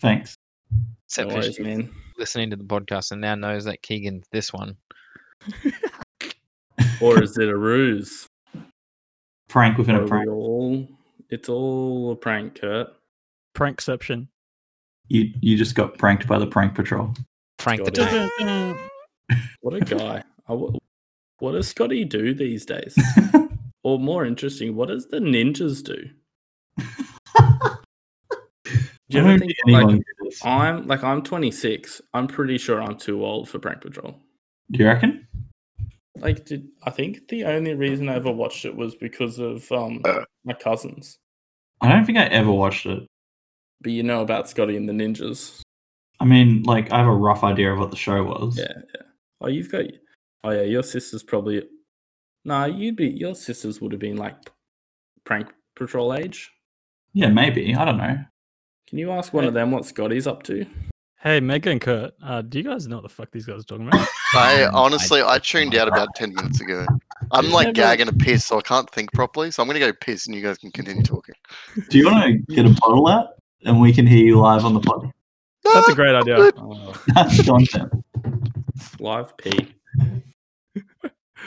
[SPEAKER 2] Thanks.
[SPEAKER 1] No
[SPEAKER 3] Except for
[SPEAKER 1] worries,
[SPEAKER 3] she's
[SPEAKER 1] man.
[SPEAKER 3] listening to the podcast and now knows that Keegan's this one.
[SPEAKER 1] Or is it a ruse?
[SPEAKER 2] Prank within a
[SPEAKER 1] Are
[SPEAKER 2] prank.
[SPEAKER 1] we all- it's all a prank, Kurt.
[SPEAKER 4] Prankception.
[SPEAKER 2] You you just got pranked by the prank patrol.
[SPEAKER 3] Frank the
[SPEAKER 1] Got it.
[SPEAKER 3] Tank.
[SPEAKER 1] What a guy. I w- what does Scotty do these days? or more interesting, what does the ninjas do? Do
[SPEAKER 2] I
[SPEAKER 1] you ever
[SPEAKER 2] don't think
[SPEAKER 1] think
[SPEAKER 2] anyone
[SPEAKER 1] like
[SPEAKER 2] did this.
[SPEAKER 1] I'm like I'm 26. I'm pretty sure I'm too old for Prank Patrol.
[SPEAKER 2] Do you reckon?
[SPEAKER 1] Like, did I think the only reason I ever watched it was because of um
[SPEAKER 5] Uh.
[SPEAKER 1] my cousins.
[SPEAKER 2] I don't think I ever watched it.
[SPEAKER 1] But you know about Scotty and the ninjas.
[SPEAKER 2] I mean, like, I have a rough idea of what the show was.
[SPEAKER 1] Yeah, yeah. Oh, you've got. Oh, yeah. Your sister's probably. Nah, you'd be. Your sisters would have been like prank patrol age.
[SPEAKER 2] Yeah, maybe. I don't know.
[SPEAKER 1] Can you ask one of them what Scotty's up to?
[SPEAKER 4] Hey, Mega and Kurt, uh, do you guys know what the fuck these guys are talking about?
[SPEAKER 5] I
[SPEAKER 3] Um,
[SPEAKER 5] honestly, I
[SPEAKER 3] don't
[SPEAKER 5] tuned
[SPEAKER 3] know.
[SPEAKER 5] out about ten minutes ago. I'm
[SPEAKER 1] There's
[SPEAKER 5] like
[SPEAKER 1] never-
[SPEAKER 5] gagging a piss, so I can't think properly. So I'm gonna go piss, and you guys can continue talking.
[SPEAKER 2] Do you want to get a bottle out and we can hear you live on the pod?
[SPEAKER 4] that's a great idea.
[SPEAKER 5] good.
[SPEAKER 1] Oh,
[SPEAKER 2] That's content.
[SPEAKER 1] live pee.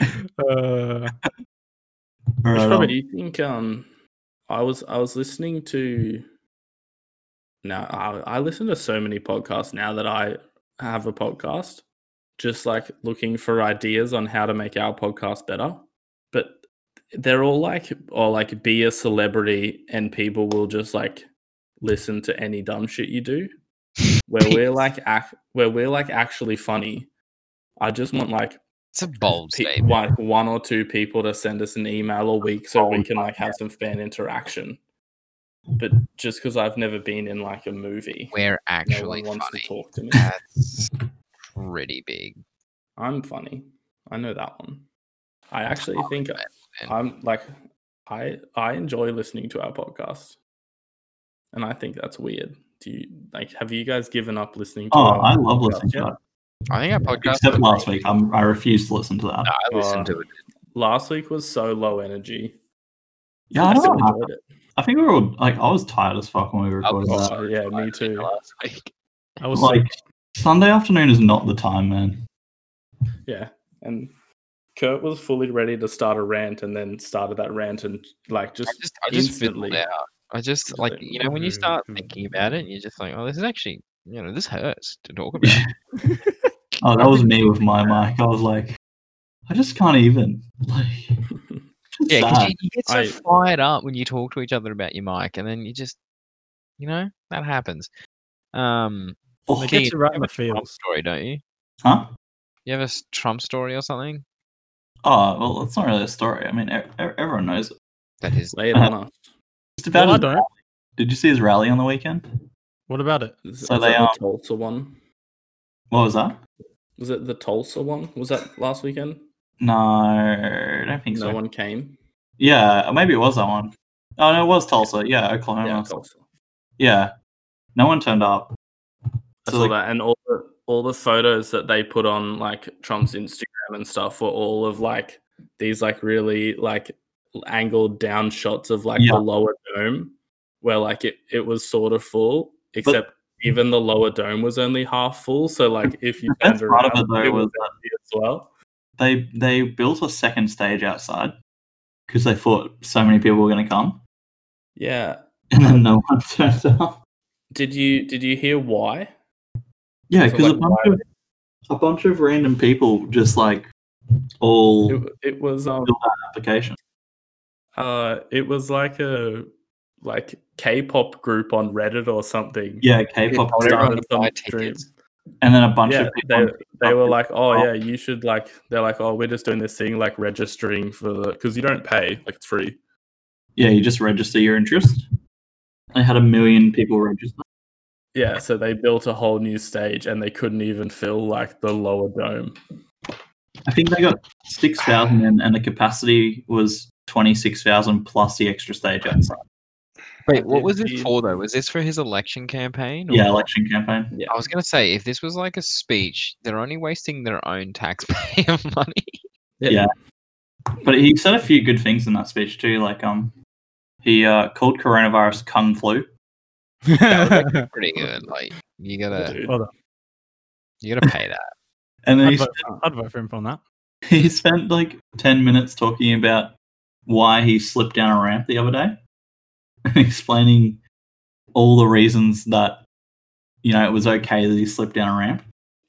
[SPEAKER 4] Uh,
[SPEAKER 2] All right,
[SPEAKER 1] Do
[SPEAKER 2] I'll-
[SPEAKER 1] you think? Um, I was I was listening to. No, I, I listen to so many podcasts now that I have a podcast. Just like looking for ideas on how to make our podcast better, but they're all like, or like, be a celebrity, and people will just like listen to any dumb shit you do. Where we're like, ac- where we're like actually funny. I just want like
[SPEAKER 3] It's a bold
[SPEAKER 1] pe-
[SPEAKER 3] statement.
[SPEAKER 1] like one or two people to send us an email a week so we can like have some fan interaction. But just because I've never been in like a movie,
[SPEAKER 3] We're
[SPEAKER 1] no one
[SPEAKER 3] actually
[SPEAKER 1] wants
[SPEAKER 3] funny.
[SPEAKER 1] to talk to me.
[SPEAKER 3] That's pretty big.
[SPEAKER 1] I'm funny. I know that one. I actually
[SPEAKER 3] I'll
[SPEAKER 1] think
[SPEAKER 3] admit it.
[SPEAKER 1] I'm like I I enjoy listening to our podcast, and I think that's weird. Do you like? Have you guys given up listening? to uh,
[SPEAKER 2] Oh,
[SPEAKER 1] our
[SPEAKER 2] I love
[SPEAKER 1] podcast
[SPEAKER 2] listening
[SPEAKER 1] yet?
[SPEAKER 2] to
[SPEAKER 3] I think our
[SPEAKER 2] that.
[SPEAKER 3] podcast.
[SPEAKER 2] Except last week, I'm, I refused to listen to that.
[SPEAKER 3] No, I
[SPEAKER 1] Ah,
[SPEAKER 3] listened to it.
[SPEAKER 1] Last week was so low energy.
[SPEAKER 2] yeah, I
[SPEAKER 1] I
[SPEAKER 2] don't
[SPEAKER 1] still
[SPEAKER 2] know. what happened.
[SPEAKER 1] enjoyed it.
[SPEAKER 2] I think we were all, like, I was tired as fuck when we recorded
[SPEAKER 3] Oh,
[SPEAKER 2] that.
[SPEAKER 1] Oh, yeah, me too.
[SPEAKER 3] Last week.
[SPEAKER 4] I was
[SPEAKER 2] like
[SPEAKER 4] like,
[SPEAKER 2] Sunday afternoon is not the time, man.
[SPEAKER 1] Yeah. And Kurt was fully ready to start a rant and then started that rant and like
[SPEAKER 3] I
[SPEAKER 1] just,
[SPEAKER 3] just, I just fiddled
[SPEAKER 1] instantly. mm-hmm.
[SPEAKER 3] out. I just like
[SPEAKER 1] Instantly.
[SPEAKER 3] you know when you start thinking about it, you're just like, oh, this is actually you know this hurts to talk about.
[SPEAKER 2] Oh, that was me with my mic. I was like, I just can't even. Like, just
[SPEAKER 3] yeah, because
[SPEAKER 2] sad.
[SPEAKER 3] you, you get so
[SPEAKER 1] I-
[SPEAKER 3] fired up when you talk to each other about your mic, and then you just you know that happens. Um,
[SPEAKER 2] Oh,
[SPEAKER 4] They
[SPEAKER 3] Keegan,
[SPEAKER 4] get you right
[SPEAKER 3] you
[SPEAKER 4] in
[SPEAKER 3] have
[SPEAKER 4] the
[SPEAKER 3] a Trump
[SPEAKER 4] feels.
[SPEAKER 3] story, don't you?
[SPEAKER 2] huh?
[SPEAKER 3] You have a s- Trump story or something?
[SPEAKER 2] Oh, well, it's not really a story. I mean, e- e- everyone knows it.
[SPEAKER 3] That is.
[SPEAKER 1] Lay it on us.
[SPEAKER 2] It's about
[SPEAKER 4] Well, I
[SPEAKER 2] his-
[SPEAKER 4] don't.
[SPEAKER 2] Did you see his rally on the weekend?
[SPEAKER 4] What about it?
[SPEAKER 1] Is,
[SPEAKER 2] So
[SPEAKER 1] is
[SPEAKER 2] they
[SPEAKER 1] that
[SPEAKER 2] are-
[SPEAKER 1] the Tulsa one?
[SPEAKER 2] What was that?
[SPEAKER 1] Was it the Tulsa one? Was that last weekend?
[SPEAKER 2] No, I don't think
[SPEAKER 1] No
[SPEAKER 2] so.
[SPEAKER 1] one came.
[SPEAKER 2] Yeah, maybe it was that one. Oh no, it was Tulsa. Yeah, Oklahoma.
[SPEAKER 1] Yeah,
[SPEAKER 2] Yeah,
[SPEAKER 1] Tulsa.
[SPEAKER 2] no one turned up.
[SPEAKER 1] I
[SPEAKER 2] So,
[SPEAKER 1] saw
[SPEAKER 2] like-
[SPEAKER 1] that, and all the all the photos that they put on like Trump's Instagram and stuff were all of like these like really like angled down shots of like
[SPEAKER 2] Yeah.
[SPEAKER 1] the lower dome, where like it it was sort of full, except even the lower dome was only half full. So like if you
[SPEAKER 2] The best
[SPEAKER 1] turned
[SPEAKER 2] part
[SPEAKER 1] around,
[SPEAKER 2] of it, though,
[SPEAKER 1] it was
[SPEAKER 2] was that-
[SPEAKER 1] empty as well.
[SPEAKER 2] They they built a second stage outside because they thought so many people were going to come,
[SPEAKER 1] Yeah.
[SPEAKER 2] and then no one turned up.
[SPEAKER 1] Did you did you hear why?
[SPEAKER 2] Yeah,
[SPEAKER 1] So,
[SPEAKER 2] because
[SPEAKER 1] like,
[SPEAKER 2] a bunch
[SPEAKER 1] why-
[SPEAKER 2] of a bunch of random people just like all
[SPEAKER 1] It, it was um
[SPEAKER 2] filled out application.
[SPEAKER 1] uh it was like a like K-pop group on Reddit or something.
[SPEAKER 2] Yeah, K-pop,
[SPEAKER 1] People
[SPEAKER 3] everyone to
[SPEAKER 1] started some
[SPEAKER 3] buy
[SPEAKER 1] stream.
[SPEAKER 3] tickets.
[SPEAKER 2] and then a bunch
[SPEAKER 1] yeah,
[SPEAKER 2] of people.
[SPEAKER 1] they, they were like, oh
[SPEAKER 2] Oh.
[SPEAKER 1] yeah, you should like. They're like, oh, we're just doing this thing like registering for the because you don't pay, like it's free.
[SPEAKER 2] yeah, you just register your interest. They had a million people register.
[SPEAKER 1] Yeah, so they built a whole new stage and they couldn't even fill like the lower dome.
[SPEAKER 2] I think they got six thousand in, and the capacity was twenty six thousand plus the extra stage outside.
[SPEAKER 3] Wait, what was
[SPEAKER 1] Indeed.
[SPEAKER 3] this for though? Was this for his election campaign? or-
[SPEAKER 2] Yeah, election campaign.
[SPEAKER 1] Yeah,
[SPEAKER 3] I was gonna say if this was like a speech, they're only wasting their own taxpayer money.
[SPEAKER 2] Yeah. But he said a few good things in that speech too. Like um, he uh, called coronavirus "cum flu."
[SPEAKER 3] Pretty good. Like you gotta
[SPEAKER 1] dude.
[SPEAKER 4] Well
[SPEAKER 3] you gotta pay that.
[SPEAKER 2] And then
[SPEAKER 4] I'd
[SPEAKER 2] he,
[SPEAKER 4] vote, I'd vote for him on that.
[SPEAKER 2] he spent like ten minutes talking about why he slipped down a ramp the other day, and explaining all the reasons that you know it was okay that he slipped down a ramp.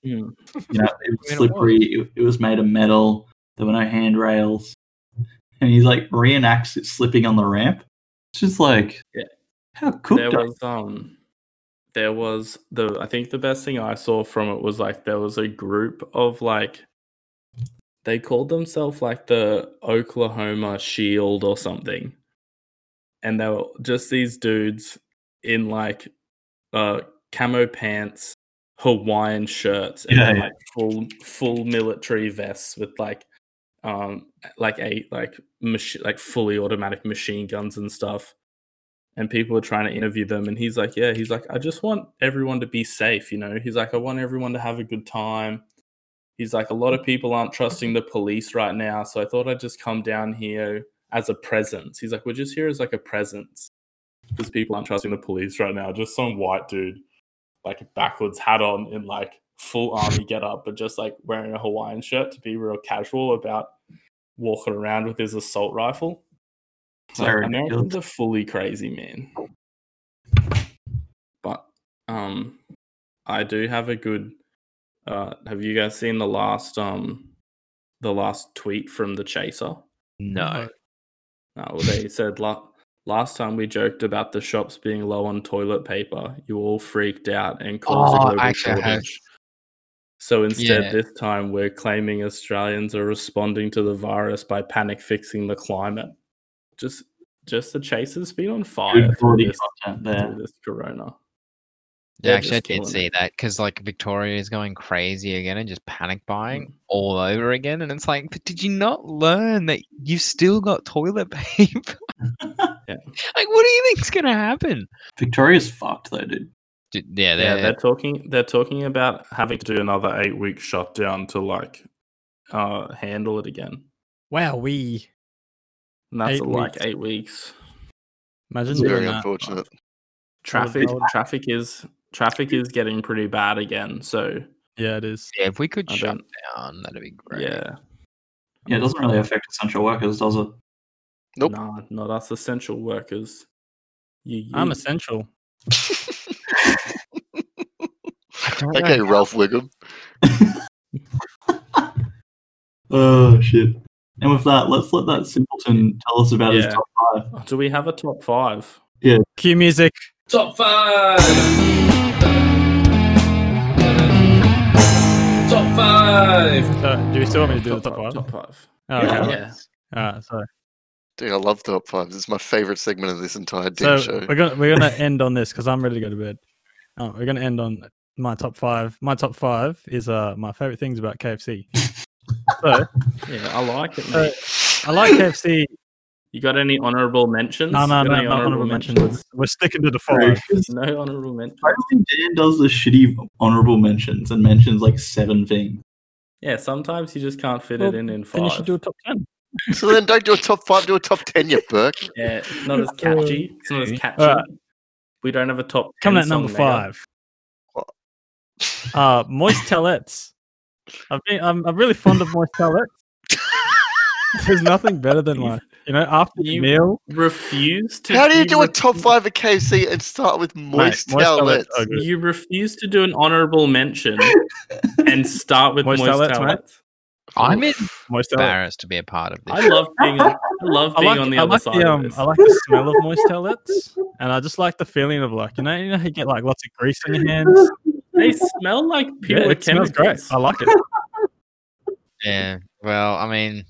[SPEAKER 1] Hmm.
[SPEAKER 2] you know, it was
[SPEAKER 3] I mean, it
[SPEAKER 2] slippery. It, it was made of metal. There were no handrails. And he like reenacts it slipping on the ramp. It's just like,
[SPEAKER 1] Yeah.
[SPEAKER 2] how cooked
[SPEAKER 1] there
[SPEAKER 2] up.
[SPEAKER 1] was um, there was the I think the best thing I saw from it was like there was a group of like. They called themselves like the Oklahoma Shield or something. and they were just these dudes in like uh camo pants, Hawaiian shirts, and
[SPEAKER 2] Yeah,
[SPEAKER 1] then,
[SPEAKER 2] yeah.
[SPEAKER 1] like full full military vests with like um like a like machi- like fully automatic machine guns and stuff. And people were trying to interview them, and he's like, "Yeah, he's like, I just want everyone to be safe, you know. He's like, I want everyone to have a good time." He's like, a lot of people aren't trusting the police right now, so I thought I'd just come down here as a presence. He's like, we're just here as like a presence because people aren't trusting the police right now. Just some white dude, like a backwards hat on in like full army get up, but just like wearing a Hawaiian shirt to be real casual about walking around with his assault rifle. It's
[SPEAKER 2] So
[SPEAKER 1] Like,
[SPEAKER 2] ridiculous.
[SPEAKER 1] Americans are fully crazy, man. But um, I do have a good. Uh, have you guys seen the last um, the last tweet from the Chaser?
[SPEAKER 3] No.
[SPEAKER 1] No, well, they said la- last time we joked about the shops being low on toilet paper. You all freaked out and caused
[SPEAKER 3] Oh,
[SPEAKER 1] a global
[SPEAKER 3] actually, I have-
[SPEAKER 1] shortage. So instead,
[SPEAKER 3] Yeah.
[SPEAKER 1] this time we're claiming Australians are responding to the virus by panic fixing the climate. Just, just the chaser's been on fire
[SPEAKER 2] Good
[SPEAKER 1] through
[SPEAKER 2] quality
[SPEAKER 1] this,
[SPEAKER 2] content
[SPEAKER 1] through
[SPEAKER 2] there.
[SPEAKER 1] this corona.
[SPEAKER 3] Yeah,
[SPEAKER 1] They're
[SPEAKER 3] actually I
[SPEAKER 1] just
[SPEAKER 3] did
[SPEAKER 1] killing
[SPEAKER 3] see
[SPEAKER 1] it.
[SPEAKER 3] that because like Victoria is going crazy again and just panic buying
[SPEAKER 1] Mm-hmm.
[SPEAKER 3] all over again, and it's like, but did you not learn that you've still got toilet paper?
[SPEAKER 1] Yeah.
[SPEAKER 3] Like, what do you think's gonna happen?
[SPEAKER 2] Victoria's fucked though, dude.
[SPEAKER 3] Dude,
[SPEAKER 1] Yeah,
[SPEAKER 3] yeah, they're,
[SPEAKER 1] they're talking. They're talking about having to do another eight-week shutdown to like uh, handle it again.
[SPEAKER 4] Wow, we
[SPEAKER 1] And that's
[SPEAKER 4] Eight
[SPEAKER 1] like
[SPEAKER 4] weeks.
[SPEAKER 1] eight weeks.
[SPEAKER 4] imagine
[SPEAKER 5] It's
[SPEAKER 4] doing
[SPEAKER 5] very
[SPEAKER 4] that.
[SPEAKER 5] unfortunate.
[SPEAKER 1] traffic
[SPEAKER 4] Well,
[SPEAKER 1] traffic is traffic is getting pretty bad again so
[SPEAKER 4] Yeah, it is.
[SPEAKER 3] yeah, if we could
[SPEAKER 1] I
[SPEAKER 3] shut
[SPEAKER 1] don't-
[SPEAKER 3] down, that'd be great.
[SPEAKER 1] yeah
[SPEAKER 2] Yeah, it doesn't really affect essential workers, does it?
[SPEAKER 5] Nope.
[SPEAKER 1] nah not us essential workers you,
[SPEAKER 4] I'm essential.
[SPEAKER 3] I don't know
[SPEAKER 5] Okay, Ralph Wiggum.
[SPEAKER 2] Oh shit. And with that, let's let that simpleton tell us about his
[SPEAKER 1] Yeah.
[SPEAKER 2] top five.
[SPEAKER 1] do we have a top five
[SPEAKER 4] Cue music.
[SPEAKER 1] top five
[SPEAKER 4] Uh, do you still want me to do the
[SPEAKER 1] top
[SPEAKER 4] top five?
[SPEAKER 1] Top five.
[SPEAKER 4] Oh, okay.
[SPEAKER 1] Yeah.
[SPEAKER 4] All right. So,
[SPEAKER 5] Dude, I love top fives. It's my favorite segment of this entire
[SPEAKER 4] so
[SPEAKER 5] damn show.
[SPEAKER 4] we're gonna we're gonna end on this because I'm ready to go to bed. Uh, we're gonna end on my top five. My top five is uh my favorite things about KFC. so
[SPEAKER 1] Yeah, I like it.
[SPEAKER 4] Uh,
[SPEAKER 1] Mate.
[SPEAKER 4] I like KFC.
[SPEAKER 1] You got any honorable mentions?
[SPEAKER 4] No, no,
[SPEAKER 1] Got
[SPEAKER 4] no,
[SPEAKER 1] any
[SPEAKER 4] no honorable mentions. We're sticking to the five.
[SPEAKER 1] No honorable mentions.
[SPEAKER 2] I don't think Dan does the shitty honorable mentions and mentions like seven things.
[SPEAKER 1] Yeah, sometimes you just can't fit
[SPEAKER 4] Well,
[SPEAKER 1] it in in five.
[SPEAKER 4] Then you should do a top ten.
[SPEAKER 5] so then don't do a top five, do a top 10, you Burke.
[SPEAKER 1] Yeah, it's not as catchy. It's not as
[SPEAKER 3] Okay.
[SPEAKER 1] catchy.
[SPEAKER 4] Alright.
[SPEAKER 1] We don't have a top. 10
[SPEAKER 4] Coming at number
[SPEAKER 1] song now.
[SPEAKER 4] five. Uh, Moist Tellets. I've been, I'm, I'm really fond of Moist Tellets. There's nothing better than like, you know, after the
[SPEAKER 1] You-
[SPEAKER 4] meal.
[SPEAKER 1] Refuse to.
[SPEAKER 5] How do you do a
[SPEAKER 1] re-
[SPEAKER 5] top five at KFC and start with moist
[SPEAKER 4] Moist
[SPEAKER 5] towelettes?
[SPEAKER 4] Tellets are good.
[SPEAKER 1] You refuse to do an honorable mention and start with
[SPEAKER 4] Moist
[SPEAKER 1] moist,
[SPEAKER 4] Towelettes, mate.
[SPEAKER 1] towelettes.
[SPEAKER 3] I'm
[SPEAKER 4] Moist Tellets.
[SPEAKER 3] embarrassed to be a part of this.
[SPEAKER 1] I love being. on- I love
[SPEAKER 4] I
[SPEAKER 1] being
[SPEAKER 4] like,
[SPEAKER 1] on the
[SPEAKER 4] I
[SPEAKER 1] other
[SPEAKER 4] like
[SPEAKER 1] side.
[SPEAKER 4] the,
[SPEAKER 1] of
[SPEAKER 4] um,
[SPEAKER 1] this.
[SPEAKER 4] I like the smell of Moist Tellets, and I just like the feeling of like, you know, you know, how you get like lots of grease on your hands.
[SPEAKER 1] they smell like
[SPEAKER 4] Yeah,
[SPEAKER 1] pure
[SPEAKER 4] it
[SPEAKER 1] chemicals.
[SPEAKER 4] smells great. I like it.
[SPEAKER 3] yeah. Well, I mean,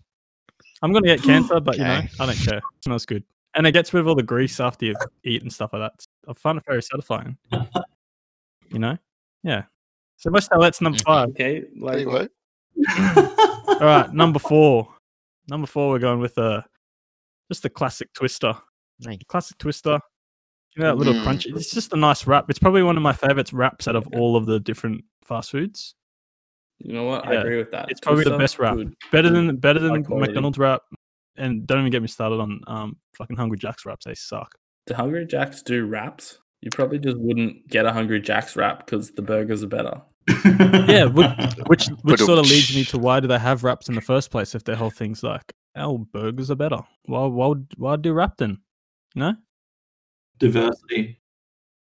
[SPEAKER 4] I'm gonna get cancer, but you know,
[SPEAKER 3] Okay.
[SPEAKER 4] I don't care. It smells good, and it gets rid of all the grease after you eat and stuff like that. I find it very satisfying. you know, yeah. So Moist Tellets number
[SPEAKER 3] Mhm.
[SPEAKER 4] five.
[SPEAKER 1] okay, like
[SPEAKER 5] Anyway,
[SPEAKER 4] All right, number four. Number four, we're going with uh, just the classic twister.
[SPEAKER 3] Nice.
[SPEAKER 4] Classic twister. You know that little
[SPEAKER 5] Mm.
[SPEAKER 4] crunch. It's just a nice wrap. It's probably one of my favorites wraps out of all of the different fast foods.
[SPEAKER 1] you know what? I
[SPEAKER 4] Yeah.
[SPEAKER 1] agree with that.
[SPEAKER 4] It's probably the
[SPEAKER 1] Twister,
[SPEAKER 4] best wrap.
[SPEAKER 1] good.
[SPEAKER 4] Better than better than
[SPEAKER 1] Mm. High quality.
[SPEAKER 4] McDonald's wrap. And don't even get me started on um fucking Hungry Jack's wraps. They suck.
[SPEAKER 1] Do Hungry Jacks do wraps? You probably just wouldn't get a Hungry Jacks wrap because the burgers are better.
[SPEAKER 4] Yeah, would- Which which sort of leads me
[SPEAKER 5] Ba-dum-tsh.
[SPEAKER 4] to why do they have wraps in the first place if their whole thing's like, oh, burgers are better. Why why would, why do wrap then? No.
[SPEAKER 2] diversity.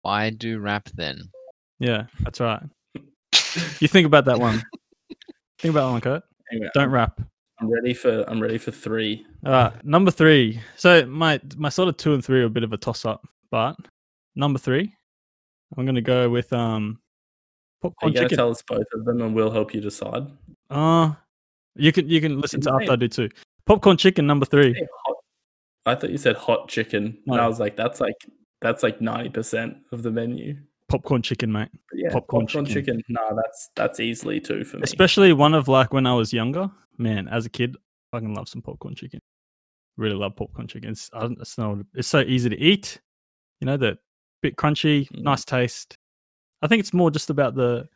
[SPEAKER 3] why do rap then?
[SPEAKER 4] Yeah, that's right. You think about that one. think about that one, Kurt.
[SPEAKER 1] Anyway, um,
[SPEAKER 4] Don't rap.
[SPEAKER 1] I'm ready for. I'm ready for three.
[SPEAKER 4] All right, number three. So my my sort of two and three are a bit of a toss up, but number three, I'm gonna go with um
[SPEAKER 1] Are
[SPEAKER 4] popcorn
[SPEAKER 1] you going to
[SPEAKER 4] chicken.
[SPEAKER 1] tell us both of them, and we'll help you decide.
[SPEAKER 4] Uh, you can you can listen
[SPEAKER 1] It's
[SPEAKER 4] to after I
[SPEAKER 1] insane.
[SPEAKER 4] do too. Popcorn chicken number three.
[SPEAKER 1] Hey, hot- I thought you said hot chicken, and
[SPEAKER 4] No.
[SPEAKER 1] I was like, that's like that's like ninety percent of the menu.
[SPEAKER 4] Popcorn chicken, mate.
[SPEAKER 1] But yeah,
[SPEAKER 4] Popcorn chicken.
[SPEAKER 1] chicken. Nah, that's that's easily two for me.
[SPEAKER 4] Especially one of like when I was younger, man. As a kid, I can love some popcorn chicken. Really love popcorn chicken. It's, I don't, it's, no, it's so easy to eat. You know, the bit crunchy,
[SPEAKER 1] Mm.
[SPEAKER 4] nice taste. I think it's more just about the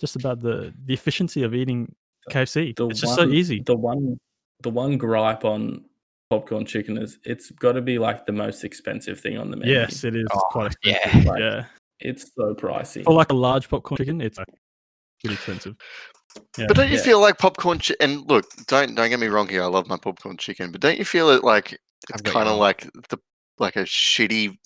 [SPEAKER 4] just about the the efficiency of eating KFC.
[SPEAKER 1] The
[SPEAKER 4] it's just so
[SPEAKER 1] one-
[SPEAKER 4] easy.
[SPEAKER 1] the one the one gripe on popcorn chicken is it's got to be like the most expensive thing on the menu.
[SPEAKER 4] Yes, it is
[SPEAKER 3] Oh,
[SPEAKER 4] quite expensive.
[SPEAKER 3] Yeah.
[SPEAKER 1] Like,
[SPEAKER 4] Yeah,
[SPEAKER 1] it's so pricey.
[SPEAKER 4] for like a large popcorn chicken, it's like, pretty expensive. Yeah.
[SPEAKER 5] but don't you
[SPEAKER 1] Yeah.
[SPEAKER 5] feel like popcorn? Chi- and look, don't don't get me wrong here. I love my popcorn chicken, but don't you feel it like it's
[SPEAKER 3] I've got you
[SPEAKER 5] kind of
[SPEAKER 3] wrong.
[SPEAKER 5] like the like a shitty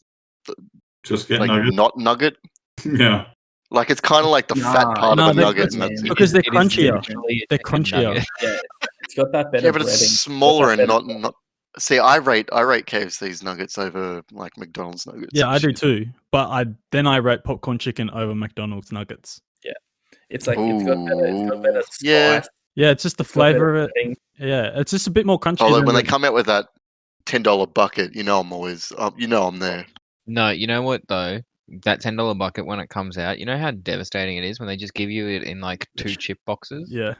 [SPEAKER 2] Just get
[SPEAKER 5] like
[SPEAKER 2] nuggets.
[SPEAKER 5] not nugget?
[SPEAKER 2] Yeah.
[SPEAKER 5] Like it's kind of like the fat
[SPEAKER 1] Nah,
[SPEAKER 5] part
[SPEAKER 4] no,
[SPEAKER 5] of a
[SPEAKER 4] they're
[SPEAKER 5] nugget, and
[SPEAKER 1] good,
[SPEAKER 5] that's
[SPEAKER 1] man.
[SPEAKER 5] it.
[SPEAKER 4] Because they're
[SPEAKER 3] It is
[SPEAKER 4] crunchier.
[SPEAKER 3] literally a
[SPEAKER 4] They're
[SPEAKER 3] chicken
[SPEAKER 4] crunchier.
[SPEAKER 3] nugget.
[SPEAKER 1] yeah, it's got that better
[SPEAKER 5] yeah, but
[SPEAKER 1] breading.
[SPEAKER 5] it's smaller and
[SPEAKER 1] better
[SPEAKER 5] not, not. See, I rate I rate KFC's nuggets over like McDonald's nuggets.
[SPEAKER 4] Yeah,
[SPEAKER 5] and
[SPEAKER 4] I do
[SPEAKER 5] shit.
[SPEAKER 4] too. But I then I rate popcorn chicken over McDonald's nuggets.
[SPEAKER 1] It's like it's got better. It's got better
[SPEAKER 5] Ooh,
[SPEAKER 1] spice.
[SPEAKER 5] yeah.
[SPEAKER 4] Yeah, it's just the
[SPEAKER 1] it's got better
[SPEAKER 4] flavor of it.
[SPEAKER 1] breading.
[SPEAKER 4] Yeah, it's just a bit more crunchy.
[SPEAKER 5] Although
[SPEAKER 4] than
[SPEAKER 5] Oh, when they
[SPEAKER 4] the-
[SPEAKER 5] come out with that ten dollar bucket, you know I'm always um, you know I'm there.
[SPEAKER 3] No, you know what though? That ten dollar bucket when it comes out, you know how devastating it is when they just give you it in like two chip boxes.
[SPEAKER 4] yeah,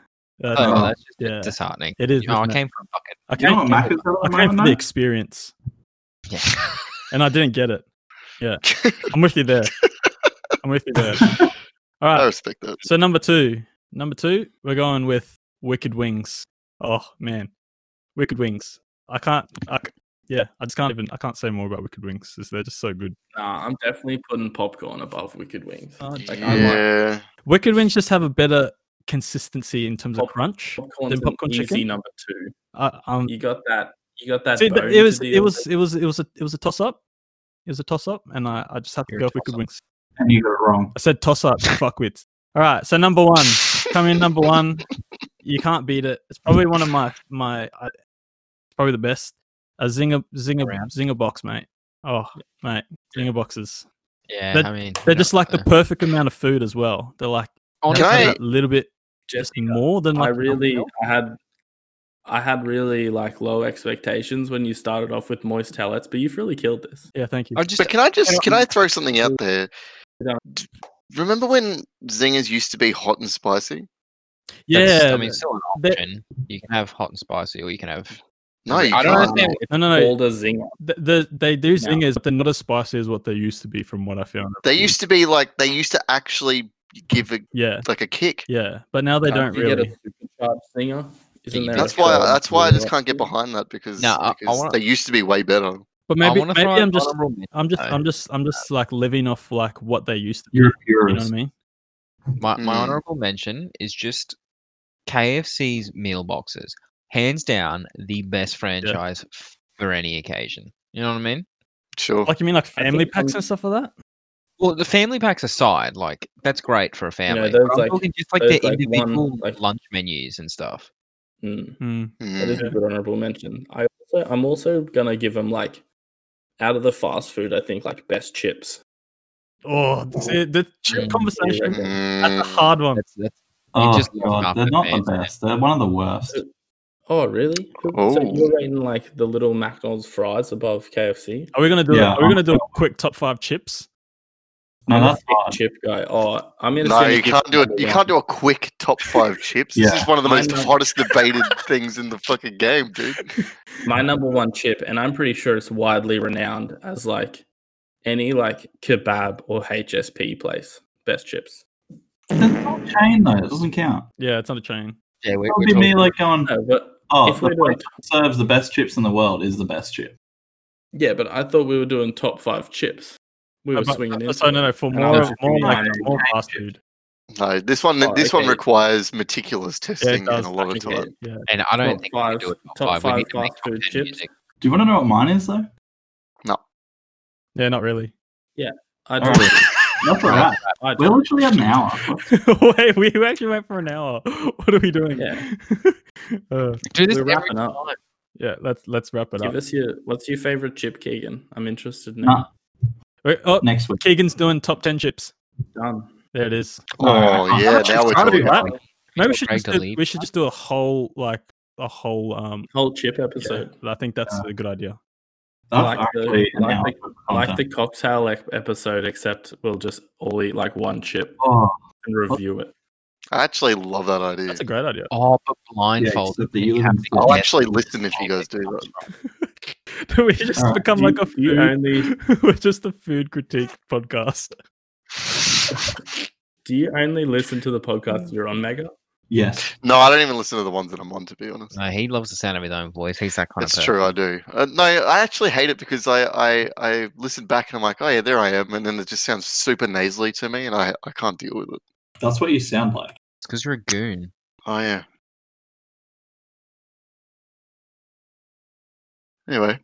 [SPEAKER 3] Oh,
[SPEAKER 4] that's-
[SPEAKER 2] no.
[SPEAKER 3] that's just
[SPEAKER 4] yeah,
[SPEAKER 3] disheartening.
[SPEAKER 4] it is.
[SPEAKER 3] oh, I
[SPEAKER 4] isn't it?
[SPEAKER 3] came for a bucket.
[SPEAKER 4] I
[SPEAKER 2] You know
[SPEAKER 4] came,
[SPEAKER 2] what Mac is at
[SPEAKER 4] I
[SPEAKER 2] the
[SPEAKER 4] came for
[SPEAKER 2] moment,
[SPEAKER 4] the
[SPEAKER 2] though?
[SPEAKER 4] experience,
[SPEAKER 3] Yeah.
[SPEAKER 4] and I didn't get it. I'm with you there. I'm with you there. All
[SPEAKER 5] I
[SPEAKER 4] right.
[SPEAKER 5] respect that.
[SPEAKER 4] So number two, number two, we're going with Wicked Wings. Oh man, Wicked Wings. I can't. I, c- yeah, I just can't even. I can't say more about Wicked Wings. 'cause They're just so good.
[SPEAKER 1] Nah, I'm definitely putting popcorn above Wicked Wings.
[SPEAKER 4] Oh,
[SPEAKER 1] Like, I like
[SPEAKER 5] Yeah,
[SPEAKER 4] Wicked Wings just have a better consistency in terms of
[SPEAKER 1] Pop-
[SPEAKER 4] crunch.
[SPEAKER 1] popcorn's
[SPEAKER 4] Then popcorn
[SPEAKER 1] an easy
[SPEAKER 4] chicken?
[SPEAKER 1] number two.
[SPEAKER 4] I, um,
[SPEAKER 1] You got that. You got that.
[SPEAKER 4] See, th-
[SPEAKER 1] bone
[SPEAKER 4] it was
[SPEAKER 1] to
[SPEAKER 4] it
[SPEAKER 1] deal
[SPEAKER 4] was
[SPEAKER 1] with.
[SPEAKER 4] it was it was a it was a toss up. It was a toss up, and I, I just have to
[SPEAKER 3] You're a
[SPEAKER 4] go with Wicked
[SPEAKER 3] toss-up.
[SPEAKER 4] Wings.
[SPEAKER 2] And you got it wrong.
[SPEAKER 4] I said toss up, fuck wits. All right, so number one, come in number one. You can't beat it. It's probably one of my my I, probably the best. A zinger zinger
[SPEAKER 3] Around.
[SPEAKER 4] zinger box, mate. Oh, mate, zinger boxes.
[SPEAKER 3] Yeah,
[SPEAKER 4] They're-
[SPEAKER 3] I mean
[SPEAKER 4] They're just like the perfect amount of food as well. They're like
[SPEAKER 5] Can
[SPEAKER 4] just have
[SPEAKER 5] I-
[SPEAKER 4] that little bit just
[SPEAKER 1] Jessica,
[SPEAKER 4] more than
[SPEAKER 1] I
[SPEAKER 4] like everyone
[SPEAKER 1] really
[SPEAKER 4] else?
[SPEAKER 1] I had I had really like low expectations when you started off with moist tellets, but you've really killed this.
[SPEAKER 4] Yeah, thank you.
[SPEAKER 3] I just
[SPEAKER 5] But can I just
[SPEAKER 3] don't-
[SPEAKER 5] can I throw something out there?
[SPEAKER 1] Yeah.
[SPEAKER 5] D- Remember when zingers used to be hot and spicy?
[SPEAKER 3] that's-
[SPEAKER 4] yeah,
[SPEAKER 3] I mean, it's still an
[SPEAKER 4] the-
[SPEAKER 3] option. You can have hot and spicy, or you can have.
[SPEAKER 5] No, you
[SPEAKER 3] I don't
[SPEAKER 5] can't.
[SPEAKER 3] understand.
[SPEAKER 4] no, no, no.
[SPEAKER 1] Called a zinger.
[SPEAKER 4] The, the, they do zingers, but they're not as spicy as what they used to be, from what I found.
[SPEAKER 5] They used to be like they used to actually give a
[SPEAKER 4] yeah,
[SPEAKER 5] like a kick.
[SPEAKER 4] yeah, but now they
[SPEAKER 1] Can't
[SPEAKER 4] don't
[SPEAKER 1] you
[SPEAKER 4] really.
[SPEAKER 1] get a supercharged zinger. Isn't
[SPEAKER 3] you
[SPEAKER 1] there Mm. a
[SPEAKER 3] do.
[SPEAKER 5] That's why
[SPEAKER 1] term
[SPEAKER 5] that's why I
[SPEAKER 1] for
[SPEAKER 5] just
[SPEAKER 1] it?
[SPEAKER 5] can't get behind that because,
[SPEAKER 3] No, I- I
[SPEAKER 5] because
[SPEAKER 3] wanna-
[SPEAKER 5] they used to be way better.
[SPEAKER 4] But
[SPEAKER 3] I
[SPEAKER 4] maybe,
[SPEAKER 3] wanna
[SPEAKER 4] maybe
[SPEAKER 3] throw an
[SPEAKER 4] I'm just,
[SPEAKER 3] honorable mention,
[SPEAKER 4] I'm just,
[SPEAKER 3] though.
[SPEAKER 4] I'm just, I'm just like living off like what they used to. be.
[SPEAKER 2] You're a
[SPEAKER 4] You know what I
[SPEAKER 2] purist.
[SPEAKER 4] mean?
[SPEAKER 3] My, my
[SPEAKER 5] Mm.
[SPEAKER 3] honorable mention is just KFC's meal boxes. Hands down, the best franchise f for any occasion. You know what I mean?
[SPEAKER 5] Sure.
[SPEAKER 4] Like you mean like
[SPEAKER 1] I
[SPEAKER 4] family
[SPEAKER 1] think
[SPEAKER 4] packs
[SPEAKER 1] I'm-
[SPEAKER 4] and stuff like that?
[SPEAKER 3] Well, the family packs aside, like that's great for a family.
[SPEAKER 1] those,
[SPEAKER 3] but I'm
[SPEAKER 1] like-
[SPEAKER 3] talking just like
[SPEAKER 1] those,
[SPEAKER 3] the
[SPEAKER 1] like, one,
[SPEAKER 3] individual
[SPEAKER 1] like-
[SPEAKER 3] lunch menus and stuff.
[SPEAKER 1] Mm.
[SPEAKER 4] Hmm.
[SPEAKER 5] Mm.
[SPEAKER 1] That is a good honorable mention. I also, I'm also gonna give them like out of the fast food. I think like best chips.
[SPEAKER 4] Oh, the, the chip
[SPEAKER 3] Mm,
[SPEAKER 4] conversation.
[SPEAKER 1] yeah.
[SPEAKER 4] That's a
[SPEAKER 5] Mm.
[SPEAKER 4] hard one.
[SPEAKER 3] That's, that's
[SPEAKER 2] Oh,
[SPEAKER 3] just look
[SPEAKER 2] God,
[SPEAKER 3] after
[SPEAKER 2] they're not the
[SPEAKER 3] fans, man.
[SPEAKER 2] best. They're one of the worst.
[SPEAKER 1] Oh really? So
[SPEAKER 5] Oh.
[SPEAKER 1] you're rating like the little McDonald's fries above KFC?
[SPEAKER 4] Are we gonna do?
[SPEAKER 2] Yeah,
[SPEAKER 4] Yeah, are we gonna do a quick top five chips?
[SPEAKER 2] No,
[SPEAKER 1] I'm a
[SPEAKER 2] that's
[SPEAKER 1] big
[SPEAKER 2] hard.
[SPEAKER 1] chip guy. Oh, I'm gonna.
[SPEAKER 5] No,
[SPEAKER 1] say
[SPEAKER 5] you
[SPEAKER 1] chips
[SPEAKER 5] can't do it.
[SPEAKER 1] number
[SPEAKER 5] You
[SPEAKER 1] one.
[SPEAKER 5] can't do a quick top five chips. This
[SPEAKER 2] Yeah.
[SPEAKER 5] is one of the
[SPEAKER 1] Why
[SPEAKER 5] most
[SPEAKER 1] not?
[SPEAKER 5] hottest debated things in the fucking game, dude.
[SPEAKER 1] My number one chip, and I'm pretty sure it's widely renowned as like any like kebab or HSP place. Best chips.
[SPEAKER 2] There's no chain though. It doesn't count.
[SPEAKER 4] Yeah, it's not a chain.
[SPEAKER 3] yeah, we,
[SPEAKER 2] It
[SPEAKER 3] we're
[SPEAKER 2] would be me
[SPEAKER 3] talking-
[SPEAKER 2] like going,
[SPEAKER 1] No, but
[SPEAKER 2] oh,
[SPEAKER 1] Uh, if we're
[SPEAKER 2] the
[SPEAKER 1] doing,
[SPEAKER 2] place that serves the best chips in the world is the best chip.
[SPEAKER 1] yeah, but I thought we were doing top five chips. We were
[SPEAKER 4] But-
[SPEAKER 1] swinging in.
[SPEAKER 4] so uh, no, no, for
[SPEAKER 1] And I
[SPEAKER 4] more,
[SPEAKER 1] was just
[SPEAKER 4] more
[SPEAKER 1] thinking
[SPEAKER 4] like
[SPEAKER 1] mine.
[SPEAKER 4] more fast food.
[SPEAKER 5] No, this one
[SPEAKER 1] Oh,
[SPEAKER 5] this
[SPEAKER 1] okay.
[SPEAKER 5] one requires meticulous
[SPEAKER 4] Yeah, it
[SPEAKER 5] testing
[SPEAKER 4] does.
[SPEAKER 5] and a lot of
[SPEAKER 4] actually,
[SPEAKER 5] time.
[SPEAKER 4] Yeah.
[SPEAKER 3] and I don't
[SPEAKER 1] top
[SPEAKER 3] think we can
[SPEAKER 1] five-
[SPEAKER 3] do it top,
[SPEAKER 1] top
[SPEAKER 3] five. We need
[SPEAKER 1] five
[SPEAKER 3] to make
[SPEAKER 1] fast
[SPEAKER 3] top
[SPEAKER 1] food
[SPEAKER 3] 10
[SPEAKER 1] chips.
[SPEAKER 3] music.
[SPEAKER 2] Do you want to know what mine is though?
[SPEAKER 4] Yeah, not really.
[SPEAKER 1] I
[SPEAKER 2] All
[SPEAKER 1] don't.
[SPEAKER 2] right. That's all right.
[SPEAKER 1] I
[SPEAKER 2] We're
[SPEAKER 1] don't.
[SPEAKER 2] literally at an hour.
[SPEAKER 4] Wait, we actually went for an hour. What are we doing?
[SPEAKER 1] Yeah.
[SPEAKER 4] uh,
[SPEAKER 3] Do this
[SPEAKER 1] We're
[SPEAKER 3] every
[SPEAKER 1] wrapping up.
[SPEAKER 3] time.
[SPEAKER 4] yeah, let's let's wrap it
[SPEAKER 1] Give
[SPEAKER 4] up.
[SPEAKER 1] us your what's your favorite chip, Keegan? I'm interested
[SPEAKER 2] Nah.
[SPEAKER 1] now.
[SPEAKER 4] Wait, oh,
[SPEAKER 2] Next week.
[SPEAKER 4] Keegan's doing top ten chips.
[SPEAKER 1] Done.
[SPEAKER 4] There it is.
[SPEAKER 5] Oh
[SPEAKER 2] Alright.
[SPEAKER 5] yeah,
[SPEAKER 2] Actually,
[SPEAKER 5] now we're
[SPEAKER 2] it's gotta be
[SPEAKER 5] talking.
[SPEAKER 4] right. Maybe
[SPEAKER 3] Tell
[SPEAKER 4] we should
[SPEAKER 3] Greg
[SPEAKER 4] just
[SPEAKER 3] to
[SPEAKER 4] do,
[SPEAKER 3] leave.
[SPEAKER 4] we should just do a whole like a whole um.
[SPEAKER 1] Whole chip episode.
[SPEAKER 4] Episode. I think that's a good idea.
[SPEAKER 2] That's
[SPEAKER 1] Like the-
[SPEAKER 2] actually an
[SPEAKER 1] like
[SPEAKER 2] hour
[SPEAKER 1] the-
[SPEAKER 2] of
[SPEAKER 1] Like
[SPEAKER 2] content.
[SPEAKER 1] the cocktail ep- episode, except we'll just all eat like one chip
[SPEAKER 2] Oh,
[SPEAKER 1] and review it.
[SPEAKER 5] I actually love that idea.
[SPEAKER 4] That's a great idea.
[SPEAKER 3] Oh, but
[SPEAKER 2] yeah,
[SPEAKER 3] blindfolded.
[SPEAKER 2] except that you
[SPEAKER 3] You
[SPEAKER 2] live in
[SPEAKER 3] have to
[SPEAKER 5] I'll
[SPEAKER 3] guess
[SPEAKER 5] actually
[SPEAKER 3] where
[SPEAKER 5] listen if you
[SPEAKER 3] the
[SPEAKER 5] guys do
[SPEAKER 3] topic comes
[SPEAKER 5] that.
[SPEAKER 3] from.
[SPEAKER 4] we just
[SPEAKER 2] Alright.
[SPEAKER 4] become
[SPEAKER 1] Do
[SPEAKER 4] like a
[SPEAKER 1] You
[SPEAKER 4] food.
[SPEAKER 1] only
[SPEAKER 4] We're just a food critique podcast.
[SPEAKER 1] do you only listen to the podcast you're on, Mega?
[SPEAKER 2] Yes.
[SPEAKER 5] No, I don't even listen to the ones that I'm on, to be honest.
[SPEAKER 3] No, he loves the sound of his own voice. He's that kind
[SPEAKER 5] It's
[SPEAKER 3] of person.
[SPEAKER 5] true, I do. Uh, no, I actually hate it because I, I I listen back and I'm like, oh yeah, there I am, and then it just sounds super nasally to me, and I I can't deal with it.
[SPEAKER 2] That's what you sound like.
[SPEAKER 3] It's because you're a goon.
[SPEAKER 5] Oh yeah. Anyway,